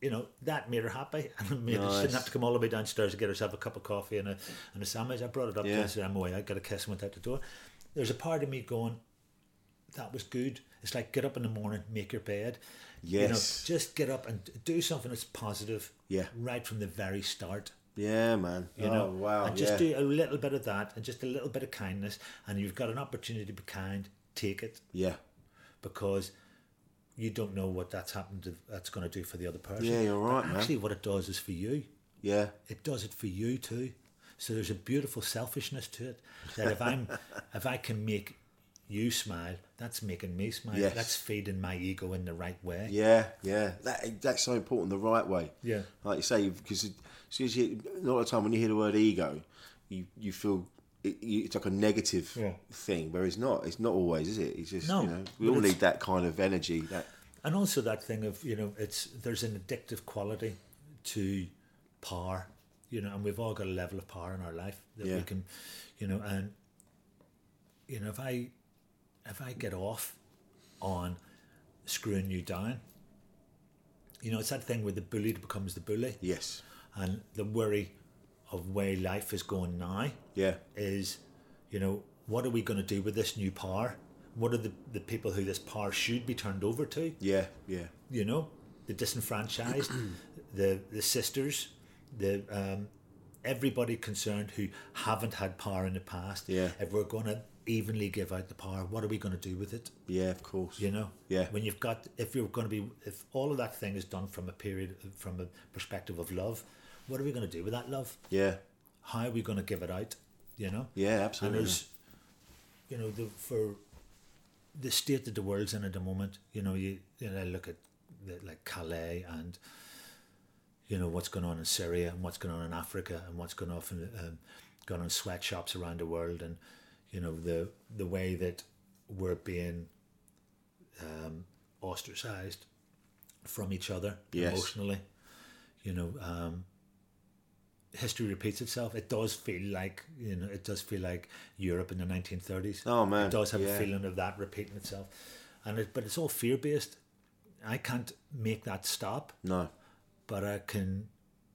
D: you know, that made her happy and it made her, she
B: Nice.
D: didn't have to come all the way downstairs to get herself a cup of coffee and a and a sandwich. I brought it up to her
B: Yeah.
D: and said, I'm away, I got a kiss and went out the door. There's a part of me going, That was good. It's like get up in the morning, make your bed. You know,
B: Yes.
D: just get up and do something that's positive
B: Yeah.
D: right from the very start.
B: Yeah, man.
D: You
B: oh,
D: know,
B: wow.
D: and just
B: yeah.
D: do a little bit of that and just a little bit of kindness, and you've got an opportunity to be kind. Take it
B: yeah.
D: because you don't know what that's happened to, that's going to do for the other person.
B: Yeah, you're right,
D: But
B: man.
D: Actually, what it does is for you.
B: Yeah.
D: It does it for you too. So there's a beautiful selfishness to it that if I'm if I can make you smile, that's making me smile.
B: Yes.
D: That's feeding my ego in the right way.
B: Yeah, yeah, that, that's so important. The right way.
D: Yeah.
B: like you say, because it- as soon as you- a lot of the time when you hear the word ego, you you feel it, you, it's like a negative
D: Yeah.
B: thing, where it's not. It's not always, is it? It's just
D: No,
B: you know we
D: but
B: all
D: it's-
B: need that kind of energy. That
D: and also that thing of you know it's there's an addictive quality to power you know and we've all got a level of power in our life that
B: Yeah.
D: we can you know and you know if i if i get off on screwing you down you know it's that thing where the bullied becomes the bully
B: yes,
D: and the worry of where life is going now
B: yeah,
D: is, you know, what are we going to do with this new power? What are the, the people who this power should be turned over to?
B: yeah, yeah,
D: You know, the disenfranchised, the the sisters, the um, everybody concerned who haven't had power in the past.
B: Yeah.
D: If we're going to evenly give out the power, what are we going to do with it?
B: yeah. Of course.
D: You know,
B: Yeah.
D: When you've got, if you're going to be, if all of that thing is done from a period, from a perspective of love, what are we going to do with that love?
B: Yeah,
D: how are we going to give it out? You know?
B: Yeah, absolutely.
D: And there's, you know, the, for the state that the world's in at the moment, you know, you, you know, I look at the, like Calais and, you know, what's going on in Syria and what's going on in Africa and what's going off in, um, going on in sweatshops around the world and, you know, the, the way that we're being um, ostracized from each other
B: Yes.
D: emotionally. You know, um, history repeats itself. It does feel like you know, it does feel like Europe in the 1930s.
B: Oh, man,
D: it does have
B: yeah.
D: a feeling of that repeating itself, and it, but it's all fear based. I can't make that stop,
B: no,
D: but I can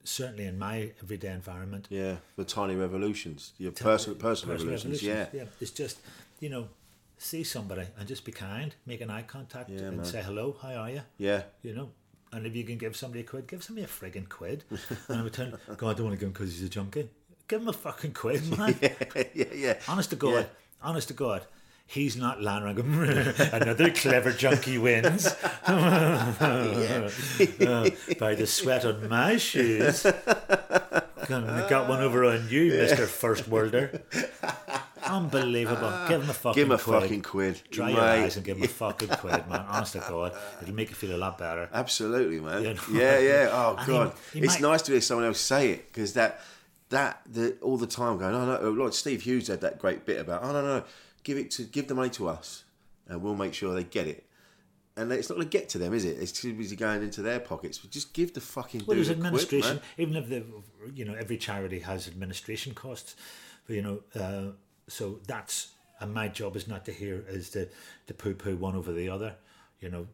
D: certainly in my everyday environment.
B: yeah. The tiny revolutions, your
D: tell-
B: personal personal revolutions.
D: revolutions,
B: Yeah.
D: yeah. It's just you know, see somebody and just be kind, make an eye contact,
B: Yeah,
D: and
B: man.
D: say hello. How are you?
B: yeah,
D: you know. And if you can give somebody a quid, give somebody a friggin' quid. And I would turn, God, I don't want to give him because he's a junkie. Give him a fucking quid, man.
B: yeah, yeah, yeah.
D: Honest to God, honest to God, he's not lying around going, another clever junkie wins Uh, by the sweat on my shoes. Gone- I got one over on you, Mr. First Worlder. Unbelievable. Give him a fucking
B: Give him a
D: quid.
B: fucking quid.
D: Dry your
B: mate.
D: eyes and give him a fucking quid, man. Honest to God, it'll make you feel a lot better.
B: Absolutely, man.
D: You know?
B: Yeah, yeah. Oh
D: And he-
B: god,
D: he
B: it's
D: might-
B: nice to hear someone else say it because that that the all the time going. Oh no, like Steve Hughes had that great bit about. Oh no, no, give it to give the money to us, and we'll make sure they get it. And it's not going to get to them, is it? It's too busy going into their pockets. But just give the fucking.
D: Well,
B: dude
D: there's
B: a quid,
D: administration.
B: man.
D: even if the you know every charity has administration costs, but you know, uh, so that's and my job is not to hear is to to poo poo one over the other, you know,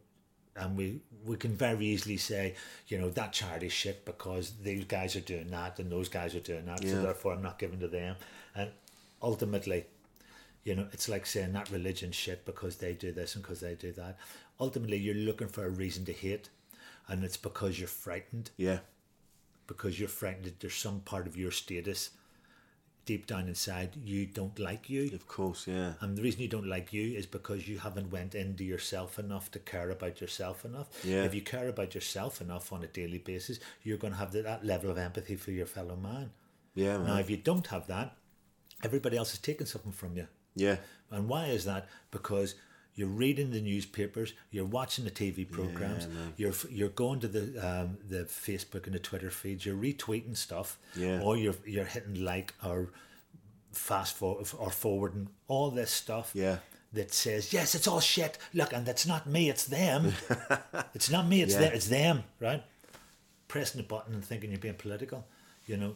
D: and we we can very easily say you know that charity shit because these guys are doing that and those guys are doing that, so
B: Yeah.
D: therefore I'm not giving to them, and ultimately you know, it's like saying that religion shit because they do this and because they do that. Ultimately, you're looking for a reason to hate, and it's because you're frightened.
B: Yeah,
D: Because you're frightened that there's some part of your status deep down inside you don't like you.
B: of course. Yeah,
D: And the reason you don't like you is because you haven't went into yourself enough to care about yourself enough.
B: Yeah.
D: If you care about yourself enough on a daily basis, you're going to have that- that level of empathy for your fellow man.
B: yeah, man.
D: Now, if you don't have that, everybody else is taking something from you.
B: yeah,
D: And why is that? Because You're reading the newspapers. You're watching the TV programs. you're f- you're going to the um, the Facebook and the Twitter feeds. You're retweeting stuff.
B: Yeah.
D: Or you're you're hitting like or fast forward or forwarding all this stuff.
B: Yeah.
D: That says yes, it's all shit. Look, and that's not me. It's them. it's not me. It's them. It's them. Right. Pressing the button and thinking you're being political. You know,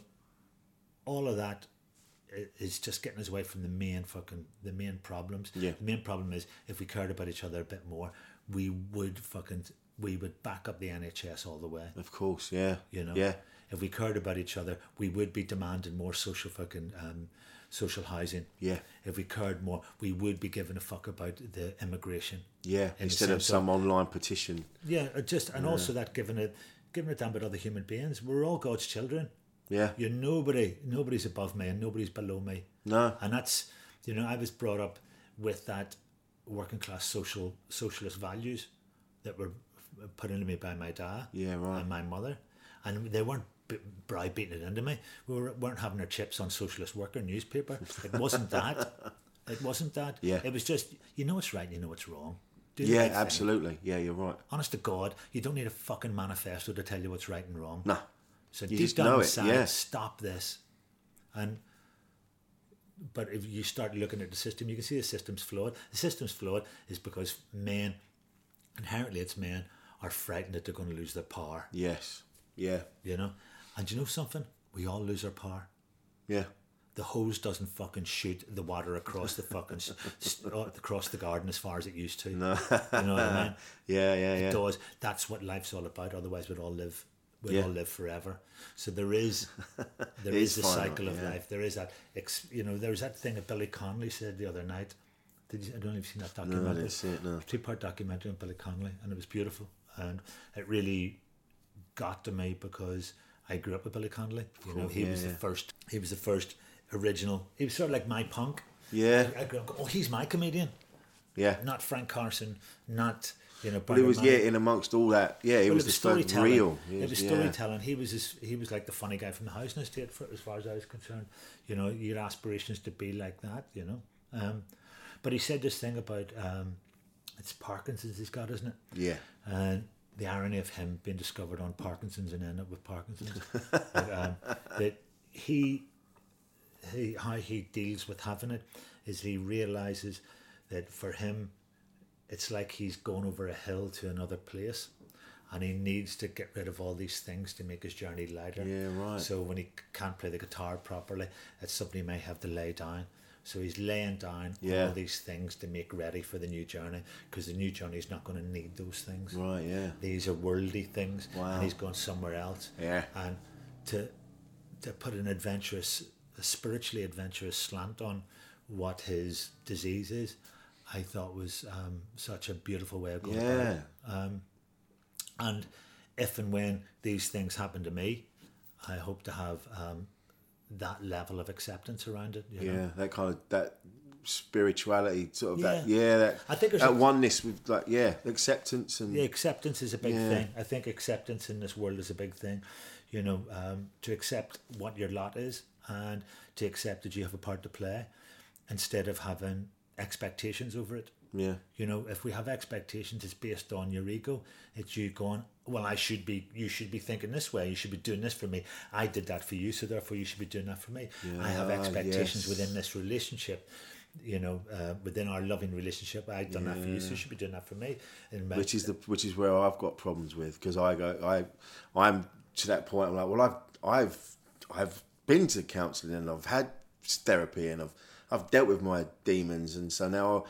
D: all of that i- is just getting us away from the main fucking the main problems.
B: Yeah.
D: The main problem is if we cared about each other a bit more, we would fucking we would back up the NHS all the way.
B: Of course, yeah.
D: You know.
B: Yeah.
D: If we cared about each other, we would be demanding more social fucking um, social housing.
B: Yeah.
D: If we cared more, we would be giving a fuck about the immigration.
B: Yeah.
D: In the
B: Instead of
D: sense
B: some online petition.
D: Yeah, uh, just and also that giving it giving a damn about other human beings. We're all God's children.
B: Yeah.
D: You're nobody. Nobody's above me, and nobody's below me.
B: No.
D: And that's you know I was brought up with that working class social socialist values that were put into me by my dad.
B: Yeah, right.
D: And my mother, and they weren't b- browbeating it into me. We were, weren't having our chips on socialist worker newspaper. It wasn't that. it wasn't that.
B: Yeah.
D: It was just you know what's right, and you know what's wrong. Do the
B: Yeah,
D: right thing.
B: absolutely. Yeah, you're right.
D: Honest to God, you don't need a fucking manifesto to tell you what's right and wrong.
B: No.
D: So
B: You
D: deep
B: just
D: down
B: know it,
D: inside,
B: yeah.
D: stop this. And but if you start looking at the system, you can see the system's flawed. The system's flawed is because men, inherently, it's men are frightened that they're going to lose their power.
B: Yes. Yeah.
D: You know, and you know something? We all lose our power.
B: Yeah.
D: The hose doesn't fucking shoot the water across the fucking s- s- across the garden as far as it used to. You know what I mean?
B: Yeah, yeah, yeah.
D: it does. That's what life's all about. Otherwise, we'd all live, we'd
B: Yeah.
D: all live forever. So there is,
B: It
D: there
B: is
D: is the
B: finite,
D: cycle of
B: yeah.
D: life. There is that, ex, you know, there was that thing that Billy Connolly said the other night. Did you, I don't know if you've seen that documentary.
B: didn't see it, no.
D: Two part documentary on Billy Connolly, and it was beautiful, and it really got to me because I grew up with Billy Connolly. You know, he was the first. He was the first original. He was sort of like my punk.
B: Yeah.
D: I grew up. going, Oh, he's my comedian.
B: Yeah.
D: Not Frank Carson. Not you know.
B: But it was
D: Barry
B: yeah,
D: Manilow.
B: in amongst all that. Yeah, it
D: Well,
B: was, the stuff real.
D: It was
B: yeah.
D: storytelling. He was his, he was like the funny guy from the house and estate, for, as far as I was concerned. You know, your aspirations to be like that. You know, um, but he said this thing about um, it's Parkinson's he's got, isn't it?
B: Yeah.
D: And the irony of him being discovered on Parkinson's and ending up with Parkinson's, But, um, that he, he how he deals with having it is he realizes that for him it's like he's gone over a hill to another place and he needs to get rid of all these things to make his journey lighter.
B: Yeah, right.
D: So when he can't play the guitar properly, it's something he may have to lay down. So he's laying down
B: Yeah.
D: all these things to make ready for the new journey because the new journey is not going to need those things.
B: Right, yeah.
D: These are worldly things,
B: Wow.
D: and he's gone somewhere else.
B: Yeah.
D: and to to put an adventurous, a spiritually adventurous slant on what his disease is, I thought was um, such a beautiful way of going. about it.
B: Yeah.
D: And if and when these things happen to me, I hope to have um, that level of acceptance around it. You
B: Yeah.
D: know?
B: That kind of that spirituality sort of that
D: Yeah.
B: yeah, that
D: I think it's-
B: that oneness with like yeah, acceptance and
D: Yeah, acceptance is a big
B: Yeah.
D: thing. I think acceptance in this world is a big thing. You know, um, to accept what your lot is and to accept that you have a part to play instead of having expectations over it.
B: yeah.
D: You know, if we have expectations, it's based on your ego. It's you going, well, I should be, you should be thinking this way. You should be doing this for me. I did that for you, so therefore you should be doing that for me. I have
B: Yeah,
D: expectations
B: Ah, yes.
D: within this relationship. You know, uh, within our loving relationship, I've done that for you, so you should be doing that for me. And my-
B: which is the which is where I've got problems with because I go I I'm to that point I'm like well I've I've I've been to counselling and I've had therapy and I've I've dealt with my demons and so now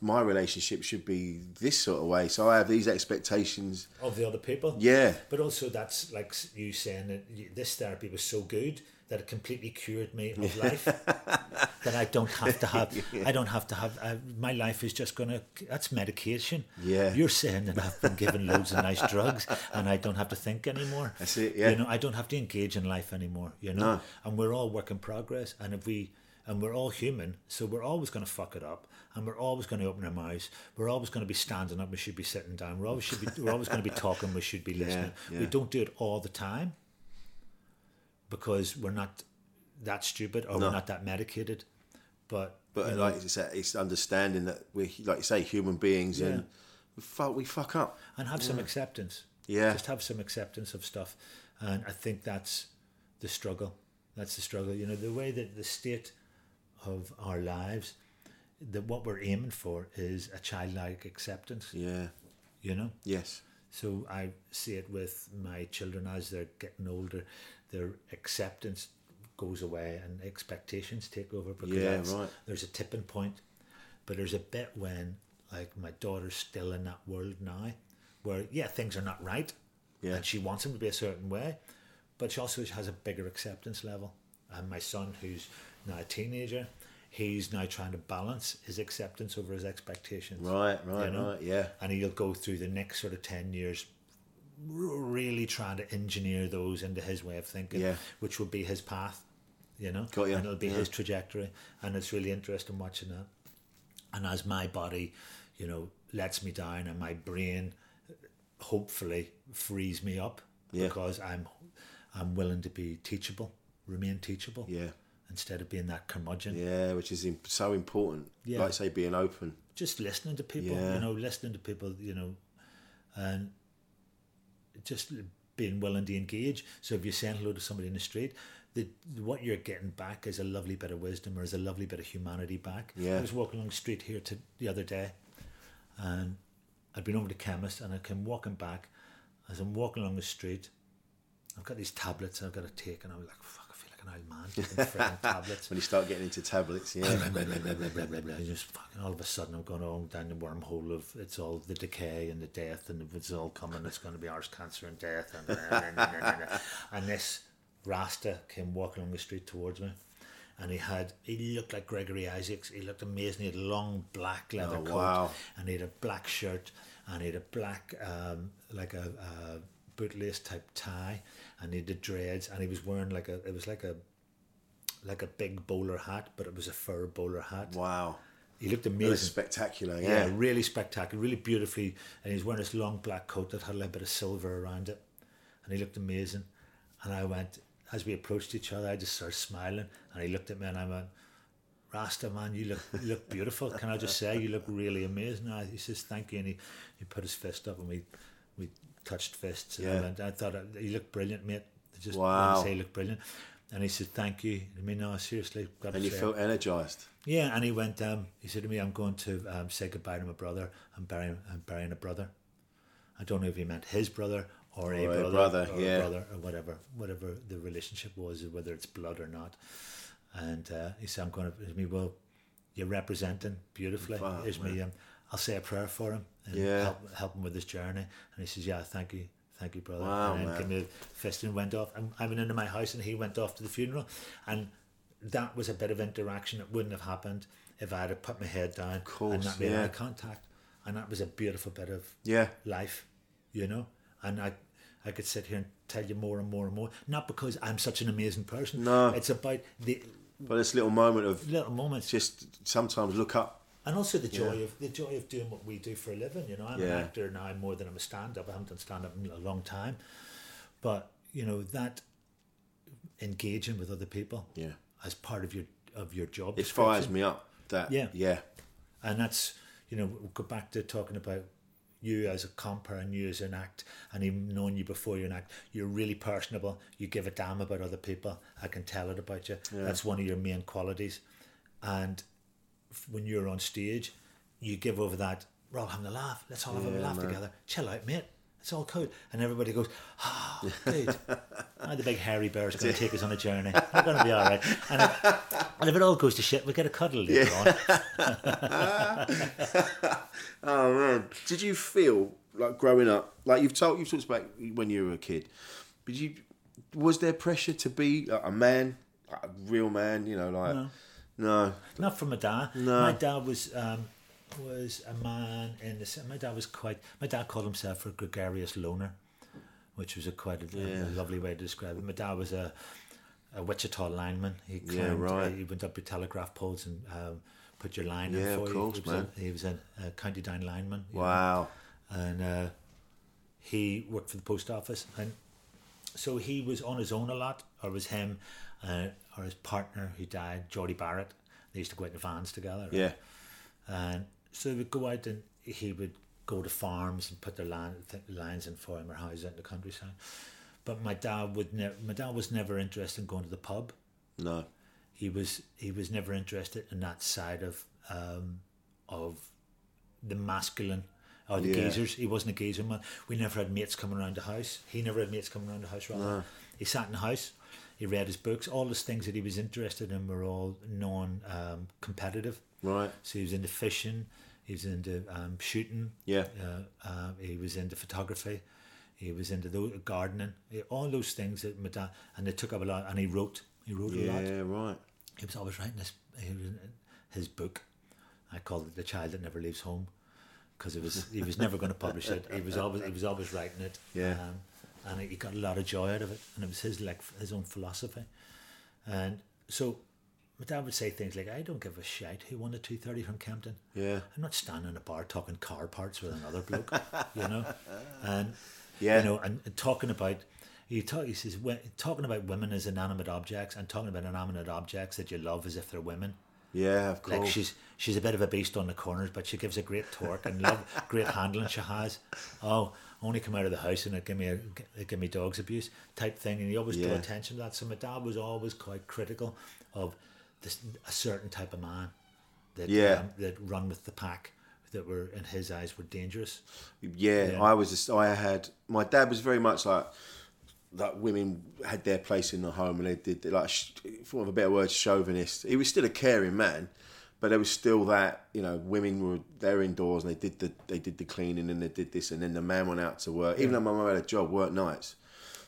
B: my relationship should be this sort of way so I have these expectations
D: of the other people.
B: Yeah.
D: But also, that's like s- you saying that y- this therapy was so good that it completely cured me of life. that I don't have to have. I don't have to have. I, my life is just gonna. That's medication.
B: Yeah.
D: You're saying that I've been given loads of nice drugs and I don't have to think anymore.
B: That's it, yeah.
D: You know, I don't have to engage in life anymore. You know, and we're all work in progress. And if we and we're all human, so we're always going to fuck it up, and we're always going to open our mouths. We're always going to be standing up. We should be sitting down. We're always should be. We're always going to be talking. We should be listening.
B: yeah.
D: We don't do it all the time because we're not that stupid or we're not that medicated. But
B: But like it's, it's understanding that we're like you say human beings and
D: Yeah.
B: we fuck we fuck up.
D: and have some acceptance.
B: Yeah.
D: Just have some acceptance of stuff. And I think that's the struggle. That's the struggle. You know, the way that the state of our lives, that what we're aiming for is a childlike acceptance,
B: Yeah.
D: you know?
B: Yes.
D: So I see it with my children as they're getting older, their acceptance goes away and expectations take over because
B: Yeah,
D: that's-
B: right.
D: there's a tipping point. But there's a bit when, like, my daughter's still in that world now where, yeah, things are not right
B: Yeah.
D: and she wants them to be a certain way, but she also has a bigger acceptance level. And my son, who's now a teenager, he's now trying to balance his acceptance over his expectations
B: Right, right,
D: you know?
B: right. Yeah.
D: and he'll go through the next sort of 10 years r- really trying to engineer those into his way of thinking
B: Yeah.
D: which would be his path you know
B: Got ya,
D: and it'll be
B: yeah.
D: his trajectory and it's really interesting watching that and as my body you know lets me down and my brain uh, hopefully frees me up
B: Yeah.
D: because i'm i'm willing to be teachable remain teachable
B: Yeah.
D: instead of being that curmudgeon
B: Yeah, which is imp- so important.
D: Yeah.
B: Like you say being open.
D: just listening to people,
B: Yeah.
D: you know, listening to people, you know, and just being willing to engage. So if you're saying hello to somebody in the street, the, what you're getting back is a lovely bit of wisdom or is a lovely bit of humanity back.
B: Yeah.
D: I was walking along the street here to, the other day and I'd been over to the chemist and I came walking back. As I'm walking along the street, I've got these tablets I've got to take and I'm like, fuck, I feel like an old man taking freaking tablets
B: When you start getting into tablets, yeah.
D: blah, blah, blah, blah, blah, blah, blah. And Just fucking all of a sudden, I'm going on down the wormhole of it's all the decay and the death, and it's all coming. It's going to be ours, cancer and death, and blah, blah, blah, blah, blah. and this Rasta came walking along the street towards me, and he had he looked like Gregory Isaacs. He looked amazing. He had a long black leather
B: Oh,
D: coat,
B: wow.
D: and he had a black shirt, and he had a black um, like a. a bootlace type tie and he did dreads and he was wearing like a it was like a like a big bowler hat, but it was a fur bowler hat.
B: wow.
D: He looked
B: It
D: amazing.
B: was spectacular,
D: yeah.
B: yeah.
D: really spectacular, really beautifully. And he was wearing this long black coat that had a little bit of silver around it, and he looked amazing. And I went as we approached each other, I just started smiling, and he looked at me, and I went. Rasta man, you look you look beautiful. Can I just say you look really amazing? I, he says thank you, and he, he put his fist up, and we we touched fists. And I
B: Yeah.
D: went, I thought uh, you look brilliant, mate. Just
B: Wow.
D: wow. say you look brilliant. And he said thank you. I mean, no, seriously, got
B: And you
D: say-
B: felt energized.
D: yeah, and he went. Um, he said to me, "I'm going to um, say goodbye to my brother. I'm burying, I'm burying a brother. I don't know if he meant his brother or, a
B: Or a
D: brother,
B: brother,
D: or
B: yeah.
D: a brother or whatever, whatever the relationship was, whether it's blood or not." And uh, he said, "I'm going to." Me, well, you're representing beautifully.
B: Fuck,
D: Here's me. Um, I'll say a prayer for him and
B: Yeah.
D: help, help him with his journey. And he says, "Yeah, thank you." Thank you, brother.
B: Wow,
D: and then
B: man.
D: gave me a fist and went off. And I went into my house and he went off to the funeral. And that was a bit of interaction that wouldn't have happened if I had have put my head down and
B: course,
D: not made
B: yeah.
D: eye contact. And that was a beautiful bit of
B: Yeah.
D: life, you know. And I, I could sit here and tell you more and more and more. Not because I'm such an amazing person.
B: No.
D: it's about the
B: But this little moment of
D: little moments,
B: just sometimes look up.
D: and also the joy
B: Yeah.
D: of the joy of doing what we do for a living. You know, I'm
B: Yeah.
D: an actor now more than I'm a stand-up. I haven't done stand-up in a long time, but you know that engaging with other people
B: Yeah.
D: as part of your of your job
B: It fires
D: description.
B: me up. That
D: Yeah.
B: yeah.
D: and that's you know we'll go back to talking about you as a comper and you as an act and even knowing you before you're an act you're really personable you give a damn about other people i can tell it about you that's one of your main qualities and f- when you're on stage you give over that we're all having a laugh let's all have a laugh together chill out mate it's all cool and everybody goes ah dude now the big hairy bear's going to take us on a journey we're going to be all right and if, and if it all goes to shit we get a cuddle later on
B: Oh man, did you feel like growing up? Like you've told, you've talked about when you were a kid. But you, was there pressure to be like, a man, like, a real man? You know, like no.
D: Not from my dad. My dad was um, was a man in the. se- My dad was quite. My dad called himself a gregarious loner, which was a quite a, a lovely way to describe it. My dad was a a Wichita lineman. He climbed,
B: right.
D: uh, He went up to telegraph poles and um, put your line
B: Yeah,
D: in
B: of
D: for
B: course,
D: you. He was,
B: man.
D: A, he was a, a county down lineman. you know
B: Wow.
D: and uh, he worked for the post office and so he was on his own a lot or it was him uh, or his partner who died Geordie Barrett they They used to go out in vans together. right?
B: Yeah.
D: And so we'd go out and he would go to farms and put the land, th- lines in for him or houses out in the countryside. But my dad would never. My dad was never interested in going to the pub.
B: No.
D: He was he was never interested in that side of um, of the masculine or the
B: Yeah.
D: geezers. He wasn't a geezer man. We never had mates coming around the house. He never had mates coming around the house. Rather, he sat in the house. He read his books. All those things that he was interested in were all non um, competitive.
B: Right.
D: So he was into fishing. He was into um, shooting.
B: Yeah.
D: Uh, uh, he was into photography. He was into the gardening. He- all those things that my dad and they took up a lot. And he wrote. He wrote a lot.
B: Yeah. Right.
D: He was always writing this. He was, his book. I called it "The Child That Never Leaves Home" because it was he was never going to publish it. He was always he was always writing it.
B: Yeah.
D: Um, and he got a lot of joy out of it, and it was his like his own philosophy. And so, my dad would say things like, "I don't give a shit who won the two thirty from Campden.
B: Yeah.
D: I'm not standing in a bar talking car parts with another bloke, you know." And
B: Yeah.
D: you know, and, and talking about he talk he says "Wo- talking about women as inanimate objects and talking about inanimate objects that you love as if they're women.
B: Yeah. Of
D: Like
B: course.
D: she's she's a bit of a beast on the corners, but she gives a great torque and love, great handling she has. Oh, I only come out of the house and it give me a, it give me dogs abuse type thing, and you always draw
B: Yeah.
D: attention to that. So my dad was always quite critical of this a certain type of man that
B: Yeah.
D: um, that run with the pack that were in his eyes were dangerous.
B: yeah, I was. Just, I had my dad was very much like that. Women had their place in the home, and they did they like, sh- for want of a better word, chauvinist. He was still a caring man, but there was still that you know, women were they're indoors and they did the they did the cleaning and they did this, and then the man went out to work. Even though my mum had a job, worked nights,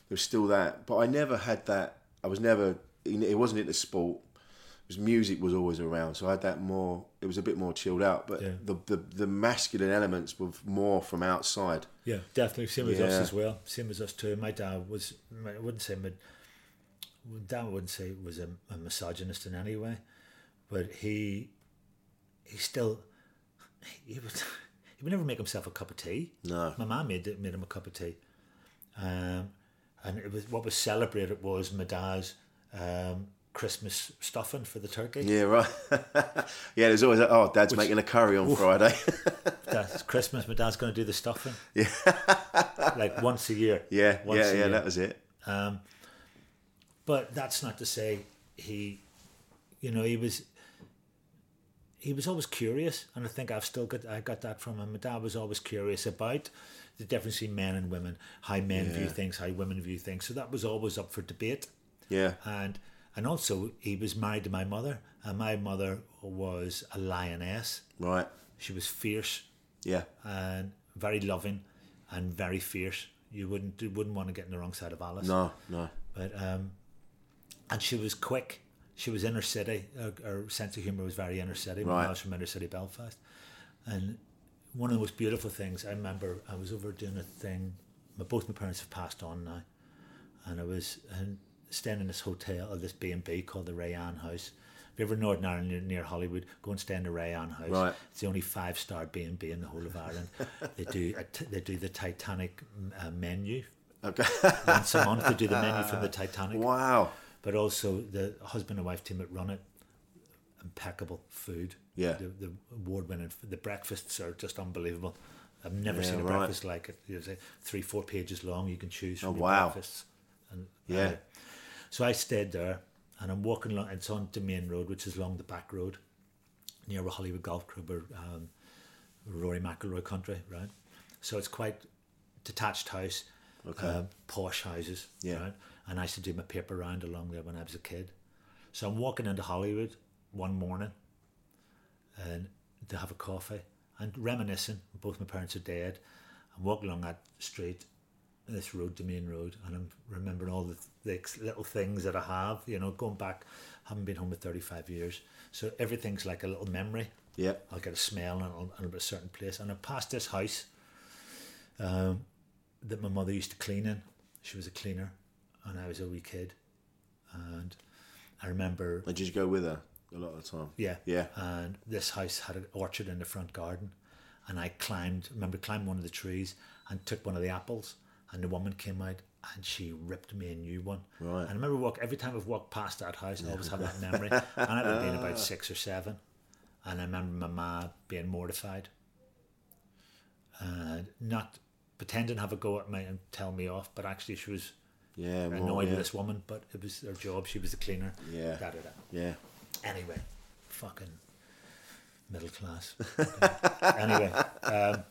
B: there was still that. But I never had that. I was never. It wasn't into sport. It was music was always around, so I had that more. It was a bit more chilled out, but
D: Yeah.
B: the, the the masculine elements were more from outside.
D: Yeah, definitely. Same as us
B: Yeah.
D: as well. Same as us too. My dad was. I wouldn't say my my dad wouldn't say was a, a misogynist in any way, but he he still he would he would never make himself a cup of tea.
B: No.
D: my mum made made him a cup of tea, um, and it was what was celebrated was my dad's um, Christmas stuffing for the turkey.
B: Yeah, right. yeah, there's always that, oh, dad's making a curry on Friday.
D: That's Christmas. My dad's going to do the stuffing. Yeah, like once a year.
B: yeah,
D: once
B: yeah,
D: a
B: yeah.
D: year.
B: That was it.
D: but that's not to say he you know he was he was always curious and i think i've still got i got that from him my dad was always curious about the difference between men and women how men view
B: Yeah.
D: things how women view things so that was always up for debate
B: Yeah,
D: and and also he was married to my mother and my mother was a lioness
B: right.
D: she was fierce
B: Yeah,
D: and very loving and very fierce you wouldn't you wouldn't want to get on the wrong side of alice
B: no, no.
D: but um, and she was quick. She was inner city. Her, her sense of humor was very inner city. My
B: Right.
D: I was from inner city Belfast, and one of the most beautiful things I remember. I was over doing a thing. My, both my parents have passed on now, and I was and staying in this hotel or this B and B called the Rayan House. If you're ever in Northern Ireland near, near Hollywood, go and stay in the Rayan House.
B: Right.
D: It's the only five star B and B in the whole of Ireland. they do a t- they do the Titanic uh, menu
B: Okay.
D: once a month to do the menu from the Titanic.
B: wow.
D: But also the husband and wife team that run it, impeccable food.
B: Yeah.
D: The, the award winning, the breakfasts are just unbelievable. I've never
B: Yeah,
D: seen a
B: right.
D: breakfast like it. It's like three, four pages long. You can choose from
B: Oh,
D: your
B: wow.
D: breakfasts. And,
B: Yeah.
D: uh, so I stayed there and I'm walking along, it's on the main road, which is along the back road near a Hollywood Golf Club or um, Rory McIlroy country, right? So it's quite detached house, uh, posh houses,
B: Yeah.
D: right? And I used to do my paper round along there when I was a kid. So I'm walking into Hollywood one morning and to have a coffee and reminiscing. Both my parents are dead. I'm walking along that street, this road, the main road, and I'm remembering all the, the ex- little things that I have, you know, going back, haven't been home for 35 years. So everything's like a little memory.
B: Yeah.
D: I'll get a smell and I'll, and I'll be a certain place. And I passed this house um, that my mother used to clean in. She was a cleaner, and I was a wee kid. And I remember
B: I just go with her a lot of the time.
D: yeah.
B: Yeah.
D: And this house had an orchard in the front garden. And I climbed, remember, climbed one of the trees and took one of the apples. And the woman came out and she ripped me a new one.
B: Right.
D: And I remember walk every time I've walked past that house, I always have that memory. and I'd have been about six or seven, and I remember my ma being mortified, and not pretending to have a go at me and tell me off, but actually she was
B: Yeah, well,
D: annoyed
B: yeah.
D: with this woman. But it was her job; she was the cleaner.
B: Yeah.
D: Da da da.
B: Yeah.
D: Anyway, fucking middle class. Fucking- anyway, um,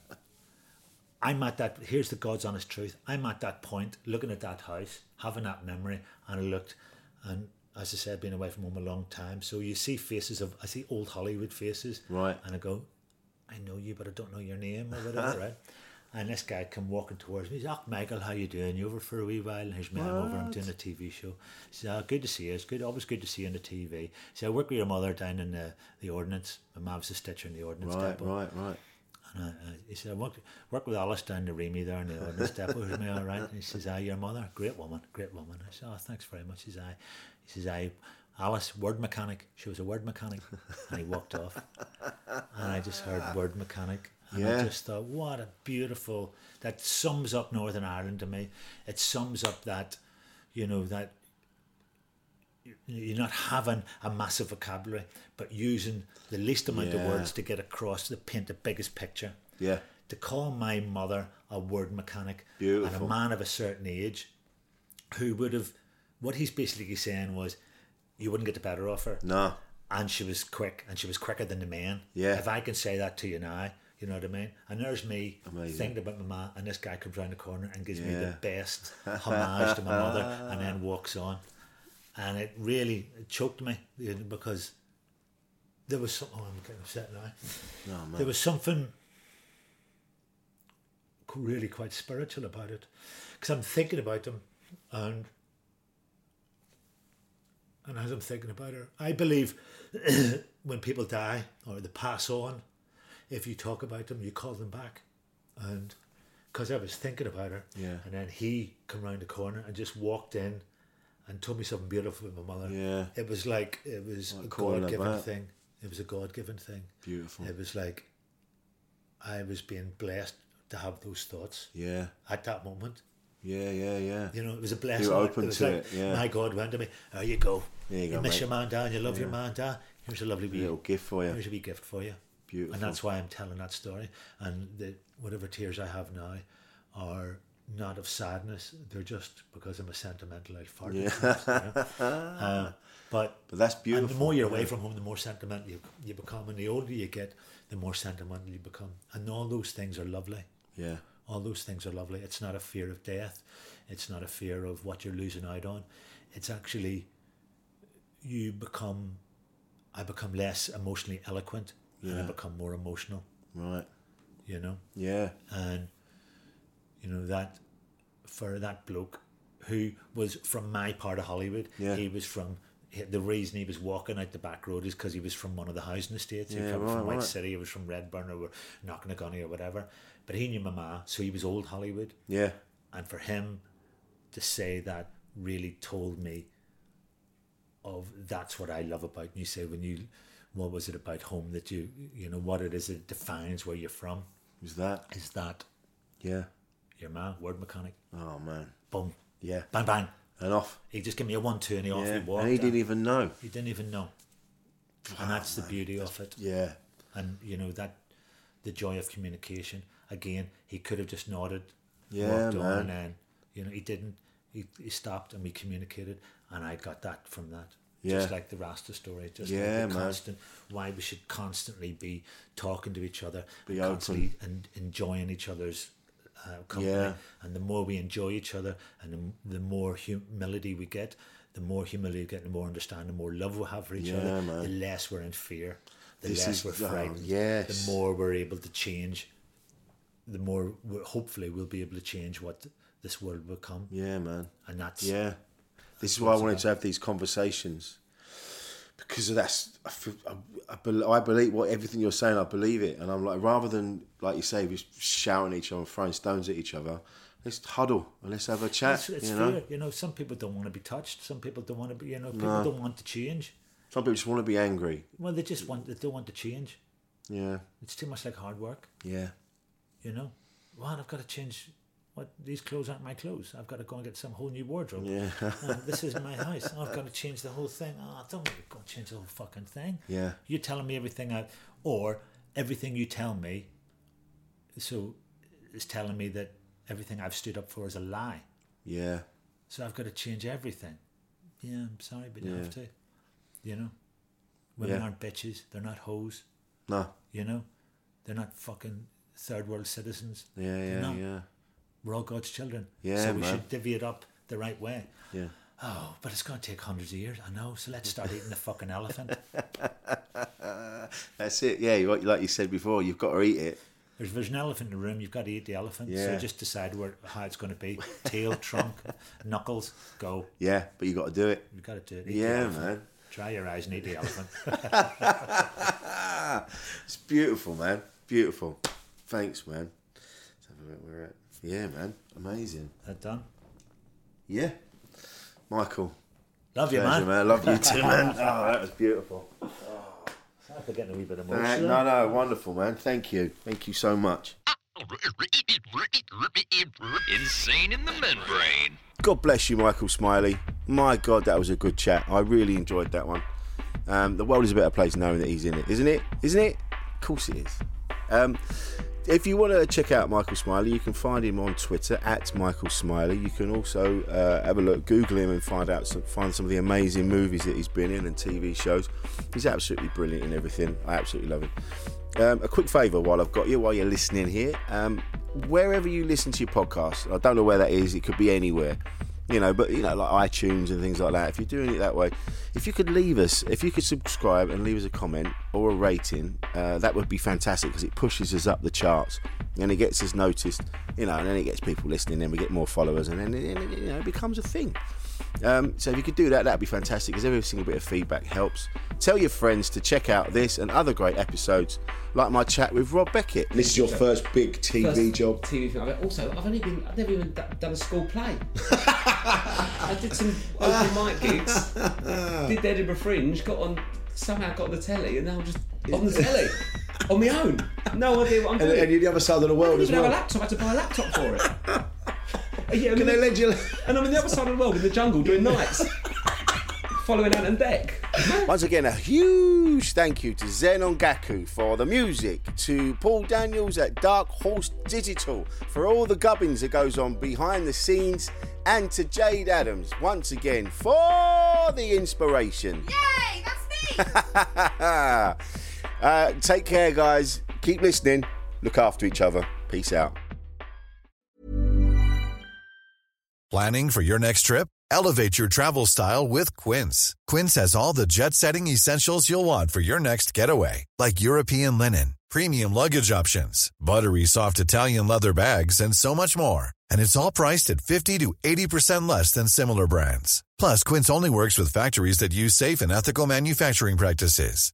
D: I'm at that. Here's the God's honest truth. I'm at that point, looking at that house, having that memory, and I looked, and as I said, been away from home a long time. So you see faces of, I see old Hollywood faces,
B: Right.
D: And I go, I know you, but I don't know your name or whatever, right? And this guy come walking towards me. He's, "Oh, Michael, how you doing? You over for a wee while?" And here's me. I'm over. I'm doing a TV show. He says, "Oh, good to see you. It's good. Always good to see you on the TV." So I work with your mother down in the, the ordnance. My mum's a stitcher in the ordnance
B: Right,
D: depot.
B: right, right.
D: And I, I, he said, I work, work with Alice down the Remy there in the ordnance depot. Is me all right? And he says, aye, your mother, great woman, great woman. I said, oh, thanks very much. He says, aye. He says, aye, Alice, word mechanic. She was a word mechanic. And he walked off. And I just heard word mechanic. And
B: Yeah.
D: I just thought, what a beautiful, that sums up Northern Ireland to me. It sums up that, you know, that you're not having a massive vocabulary, but using the least amount
B: Yeah.
D: of words to get across the paint the biggest picture.
B: Yeah.
D: To call my mother a word mechanic and
B: Beautiful.
D: a man of a certain age who would have what he's basically saying was you wouldn't get the better of her.
B: No.
D: And she was quick and she was quicker than the man.
B: Yeah.
D: If I can say that to you now, you know what I mean? And there's me
B: Amazing.
D: thinking about my ma and this guy comes round the corner and gives me
B: Yeah.
D: the best homage to my mother and then walks on. And it really it choked me you know, because there was something oh, I'm getting upset now.
B: No, man.
D: There was something qu- really quite spiritual about it because I'm thinking about them and and as I'm thinking about her, I believe when people die or they pass on, if you talk about them, you call them back. And because I was thinking about her,
B: Yeah.
D: and then he come round the corner and just walked in and told me something beautiful with my mother.
B: Yeah.
D: It was like, it was a
B: calling her
D: God given
B: back.
D: thing. It was a God given thing.
B: Beautiful.
D: It was like I was being blessed to have those thoughts
B: Yeah.
D: at that moment.
B: Yeah, yeah, yeah.
D: You know, it was a blessing.
B: You were open
D: was
B: to
D: like,
B: it, yeah.
D: My God went to me, there you go.
B: There you go,
D: miss
B: mate.
D: your man down, you love your man down. Here's a lovely wee,
B: little gift for you.
D: Here's a wee gift for you.
B: Beautiful.
D: And that's why I'm telling that story. And the, whatever tears I have now are not of sadness. They're just because I'm a sentimental old fart. Uh, but
B: But that's beautiful.
D: and the more you're away from home, the more sentimental you, you become. And the older you get, the more sentimental you become. And all those things are lovely.
B: Yeah.
D: All those things are lovely. It's not a fear of death. It's not a fear of what you're losing out on. It's actually you become, I become less emotionally eloquent and I become more emotional,
B: Right.
D: you know?
B: Yeah.
D: and you know that for that bloke who was from my part of Hollywood,
B: Yeah.
D: he was from he- the reason he was walking out the back road is because he was from one of the housing estates.
B: Yeah,
D: he came
B: right,
D: from White
B: right.
D: City, he was from Redburn or Knocknagunny or whatever. But he knew my ma, so he was old Hollywood.
B: Yeah.
D: And for him to say that really told me of that's what I love about. And you say when you, what was it about home that you, you know, what it is that defines where you're from
B: Was that?
D: is that
B: Yeah.
D: your man, word mechanic,
B: Oh man.
D: boom,
B: Yeah.
D: bang, bang.
B: And off.
D: He just gave me a one, two, and he off
B: Yeah.
D: he walked.
B: And he didn't even know.
D: He didn't even know. And that's the beauty of it.
B: Yeah.
D: And, you know, that the joy of communication. Again, he could have just nodded,
B: Yeah,
D: walked
B: man.
D: on, and then, you know, he didn't. He, he stopped and we communicated, and I got that from that. Just
B: Yeah.
D: like the Rasta story, just
B: Yeah,
D: like the
B: man.
D: constant, why we should constantly be talking to each other,
B: Be
D: and
B: open.
D: constantly and enjoying each other's uh, company.
B: Yeah.
D: And the more we enjoy each other and the, the more humility we get, the more humility we get, the more understanding, the more love we have for each
B: Yeah,
D: other,
B: man.
D: the less we're in fear, the
B: This is-
D: less we're
B: oh,
D: frightened,
B: yes.
D: the more we're able to change, the more we're, hopefully we'll be able to change what this world will become.
B: Yeah, man.
D: And that's
B: Yeah. This is why I wanted to have these conversations because of that's I, feel, I, I, bel I believe what everything you're saying. I believe it, and I'm like rather than like you say, just shouting at each other and throwing stones at each other. Let's huddle and let's have a chat.
D: It's, it's
B: you know,
D: fear. You know, some people don't want to be touched. Some people don't want to be, you know, people don't want to change.
B: some people just want to be angry.
D: Well, they just want, they don't want to change.
B: Yeah,
D: It's too much like hard work.
B: yeah,
D: you know, man, I've got to change. Well, what these clothes aren't my clothes. I've got to go and get some whole new wardrobe. Uh, this is my house. I've got to change the whole thing. Oh, don't make me go change the whole fucking thing.
B: Yeah.
D: You're telling me everything I, or everything you tell me, so is telling me that everything I've stood up for is a lie.
B: Yeah.
D: So I've got to change everything. Yeah, I'm sorry, but you
B: Yeah.
D: have to. You know, women
B: Yeah.
D: aren't bitches. They're not hoes.
B: No.
D: You know, they're not fucking third world citizens.
B: Yeah,
D: They're
B: yeah,
D: not.
B: yeah.
D: We're all God's children.
B: Yeah,
D: so we
B: man.
D: should divvy it up the right way.
B: Yeah.
D: Oh, but it's going to take hundreds of years. I know. So let's start eating the fucking elephant.
B: That's it. Yeah, you- like you said before, you've got to eat it.
D: There's, there's an elephant in the room. You've got to eat the elephant. So
B: Yeah.
D: just decide where how it's going to be. Tail, trunk, knuckles, go.
B: Yeah, but you got to do it.
D: You've got to do it. Eat the
B: Yeah,
D: elephant.
B: man.
D: Dry your eyes and eat the elephant.
B: It's beautiful, man. Beautiful. Thanks, man. Let's have a look where we're at. Yeah, man. Amazing.
D: that done.
B: Yeah. Michael.
D: Love you,
B: pleasure,
D: man.
B: man. I love you too, man. Oh, that was beautiful.
D: I'm getting a wee bit
B: All right,
D: emotional.
B: no, no, wonderful, man. Thank you. Thank you so much.
C: Insane in the membrane.
B: God bless you, Michael Smiley. My God, that was a good chat. I really enjoyed that one. Um, the world is a better place knowing that he's in it, isn't it? Isn't it? Of course it is. Um, if you want to check out Michael Smiley, you can find him on Twitter at Michael Smiley. You can also uh, have a look, Google him, and find out some, find some of the amazing movies that he's been in and TV shows. He's absolutely brilliant in everything. I absolutely love him. Um, a quick favour while I've got you, while you're listening here, um, wherever you listen to your podcast, I don't know where that is. It could be anywhere, you know. But you know, like iTunes and things like that. If you're doing it that way, if you could leave us, if you could subscribe and leave us a comment or a rating, uh, that would be fantastic because it pushes us up the charts and it gets us noticed, you know. And then it gets people listening, and we get more followers, and then it- it- you know, it becomes a thing. Um, so if you could do that, that'd be fantastic because every single bit of feedback helps. Tell your friends to check out this and other great episodes, like my chat with Rob Beckett. This is your first big TV
G: First TV film. I've- Also, I've only been, I've never even d- done a school play. I did some open mic gigs, did the Edinburgh Fringe, got on, somehow got on the telly, and now I'm just on the telly, on my own. No idea what I'm doing.
B: you're the other side of the
G: I didn't even have a laptop. I had to buy a laptop for it. yeah, and,
B: Can they
G: then-
B: lend you?
G: and I'm in the other side of the world in the jungle doing nights, following Ant and Deck.
B: Once again, a huge thank you to Zenon Gaku for the music, to Paul Daniels at Dark Horse Digital for all the gubbins that goes on behind the scenes, and to Jade Adams once again for the inspiration.
H: Yay, that's me!
B: uh, take care, guys. Keep listening. Look after each other. Peace out.
I: Planning for your next trip? Elevate your travel style with Quince. Quince has all the jet setting essentials you'll want for your next getaway, like European linen, premium luggage options, buttery soft Italian leather bags, and so much more. And it's all priced at 50 to 80% less than similar brands. Plus, Quince only works with factories that use safe and ethical manufacturing practices.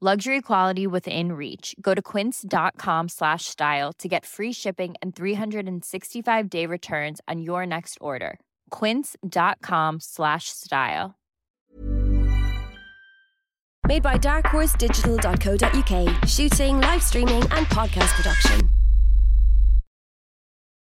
H: Luxury quality within reach. Go to quince.com slash style to get free shipping and 365 day returns on your next order. Quince.com slash style.
J: Made by darkhorsedigital.co.uk, shooting, live streaming, and podcast production.